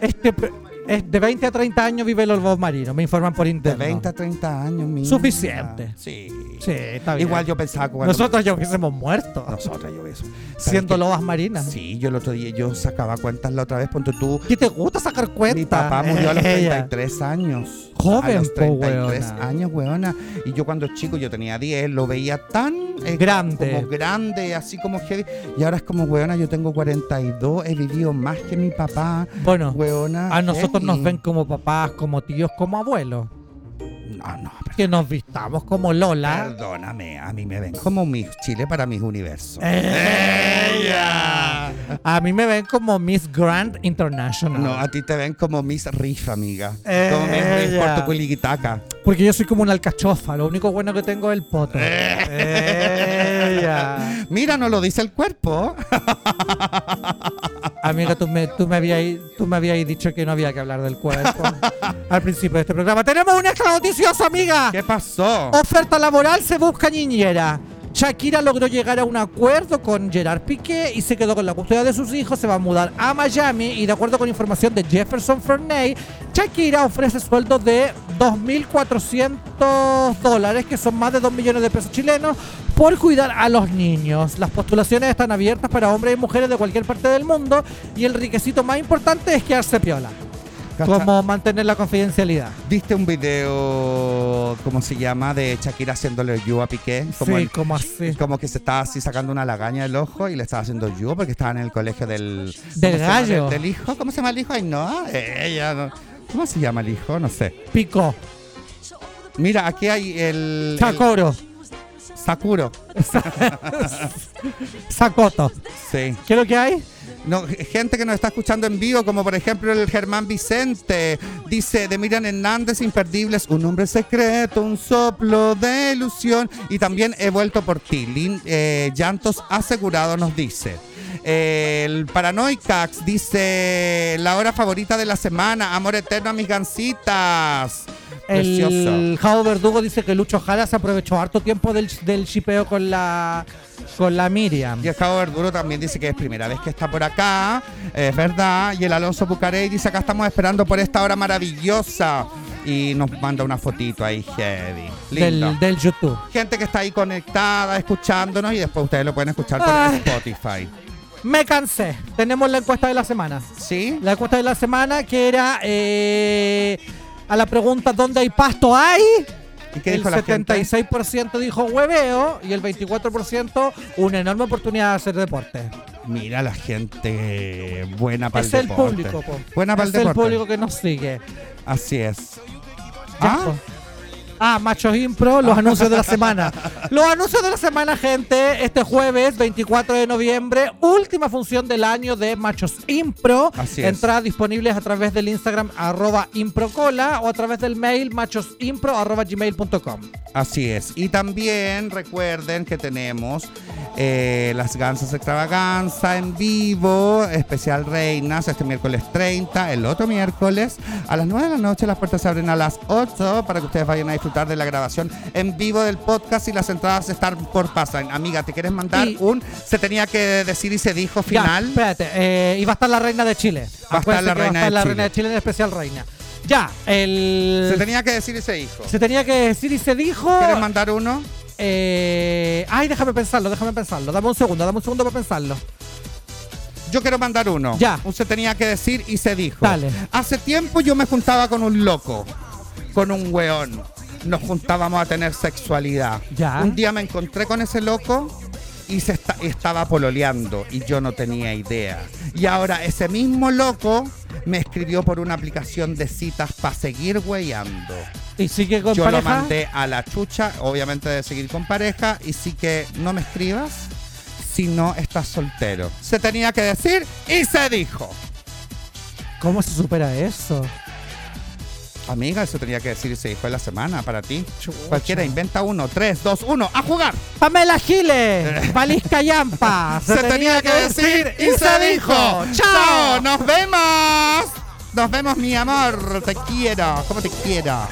A: Este, pe- es de 20 a 30 años vive los lobos marinos, me informan por
B: De
A: internet.
B: 20 a 30 años, mira.
A: Suficiente.
B: Sí.
A: Sí, está bien.
B: Igual yo pensaba que cuando-
A: Nosotros ya hubiésemos muerto
B: Nosotros, yo eso.
A: siendo
B: ¿Sabes
A: lobas
B: qué?
A: marinas.
B: Sí, yo el otro día yo sacaba cuentas la otra vez, ponte tú.
A: ¿Qué te gusta sacar cuenta?
B: Mi papá murió a los
A: Ella.
B: 33 años.
A: Joven,
B: A los
A: po,
B: 33
A: weona.
B: años, weona. Y yo cuando chico, yo tenía 10, lo veía tan eh,
A: Grande.
B: Como grande, así como heavy. Y ahora es como, weona, yo tengo 42, he vivido más que mi papá.
A: Bueno,
B: Weona.
A: a nosotros
B: heavy.
A: nos ven como papás, como tíos, como abuelos.
B: No, no, pero
A: Que nos vistamos como Lola.
B: perdóname, a mí me ven como mis Chile para mis universos.
A: ¡Ella! A mí me ven como Miss Grand International.
B: No, a ti te ven como Miss Riff, amiga.
A: Eh,
B: como Miss Riff
A: ya.
B: por tu culiquitaca.
A: Porque yo soy como una alcachofa, lo único bueno que tengo es el poto. Ella.
B: Mira, no lo dice el cuerpo.
A: Amiga, tú me, tú, me habías, tú me habías dicho que no había que hablar del cuerpo al principio de este programa. ¡Tenemos una extra noticiosa, amiga!
B: ¿Qué pasó?
A: Oferta laboral se busca niñera. Shakira logró llegar a un acuerdo con Gerard Piqué y se quedó con la custodia de sus hijos. Se va a mudar a Miami y de acuerdo con información de Jefferson Ferney, Shakira ofrece sueldos de 2.400 dólares, que son más de 2 millones de pesos chilenos, por cuidar a los niños. Las postulaciones están abiertas para hombres y mujeres de cualquier parte del mundo y el requisito más importante es quedarse piola,
B: Cacha,
A: como mantener la confidencialidad.
B: ¿Viste un video, cómo se llama, de Shakira haciéndole yo a Piqué? Como,
A: sí,
B: el-
A: como así.
B: como que se estaba así sacando una lagaña del ojo y le estaba haciendo yo porque estaba en el colegio del... ¿cómo se llama?
A: gallo.
B: Del, del hijo. ¿Cómo se llama el hijo? Ay, no. eh, ella no. ¿Cómo se llama el hijo? No sé.
A: Pico,
B: Mira, aquí hay el... el-
A: Chacoro,
B: Sakuro.
A: Sacoto.
B: Sí.
A: ¿Qué es lo que hay?
B: No, gente que nos está escuchando en vivo, como por ejemplo el Germán Vicente, dice de Miriam Hernández, imperdibles, un hombre secreto, un soplo de ilusión. Y también he vuelto por ti, Lin- eh, llantos asegurados nos dice. El Paranoicax dice la hora favorita de la semana, amor eterno a mis gancitas. Precioso.
A: El Jao Verdugo dice que Lucho Jara se aprovechó harto tiempo del, del shipeo con la con la Miriam.
B: Y el Cabo Verduro también dice que es primera vez que está por acá, es verdad. Y el Alonso Bucarey dice, acá estamos esperando por esta hora maravillosa. Y nos manda una fotito ahí, heavy. Lindo.
A: Del, del YouTube.
B: Gente que está ahí conectada, escuchándonos y después ustedes lo pueden escuchar por
A: Ay.
B: Spotify.
A: Me cansé. Tenemos la encuesta de la semana.
B: ¿Sí?
A: La encuesta de la semana que era eh, a la pregunta ¿dónde hay pasto hay?
B: ¿Y qué
A: el
B: dijo la gente?
A: 76% dijo hueveo y el 24% una enorme oportunidad de hacer deporte.
B: Mira la gente buena para
A: Es el
B: deporte.
A: público, po.
B: Buena para
A: es
B: el
A: el
B: deporte.
A: público que nos sigue.
B: Así es.
A: Ya,
B: Ah,
A: po. Ah, Machos Impro, los anuncios de la semana. Los anuncios de la semana, gente. Este jueves, 24 de noviembre, última función del año de Machos Impro.
B: Así es.
A: Entradas disponibles a través del Instagram arroba improcola o a través del mail machosimpro arroba gmail.com.
B: Así es. Y también recuerden que tenemos eh, las Gansas Extravaganza en vivo, especial Reinas, este miércoles 30, el otro miércoles a las 9 de la noche. Las puertas se abren a las 8 para que ustedes vayan a disfrutar de la grabación en vivo del podcast y las entradas están por pasar. Amiga, ¿te quieres mandar
A: Y-
B: un se tenía que decir y se dijo
A: Ya,
B: final?
A: espérate, eh, y va a estar la reina de Chile.
B: Va a estar
A: Acuérdense
B: la
A: que va a
B: reina
A: estar
B: de
A: la
B: Chile.
A: reina de Chile en especial reina. Ya, el.
B: se tenía que decir y se dijo.
A: se tenía que decir y se dijo.
B: ¿Quieres mandar uno?
A: Eh, ay, déjame pensarlo, déjame pensarlo. Dame un segundo, dame un segundo para pensarlo.
B: Yo quiero mandar uno.
A: Ya.
B: Un se tenía que decir y se dijo.
A: Dale.
B: Hace tiempo yo me juntaba con un loco, con un weón. Nos juntábamos a tener sexualidad.
A: Ya.
B: Un día me encontré con ese loco y se esta- estaba pololeando y yo no tenía idea. Y ahora ese mismo loco me escribió por una aplicación de citas para seguir weyando.
A: ¿Y sigue con
B: Yo lo
A: pareja?
B: mandé a la chucha, obviamente de seguir con pareja, y sí que no me escribas si no estás soltero. Se tenía que decir y se dijo.
A: ¿Cómo se supera eso?
B: Amiga, eso tenía que decir y se dijo en la semana para ti. Cualquiera inventa uno, tres, dos, uno, a jugar.
A: Pamela Giles, Valisca Yampa.
B: Se, tenía, que decir y se dijo. Chao, nos vemos. Nos vemos, mi amor. Te quiero. ¿Cómo te quiero?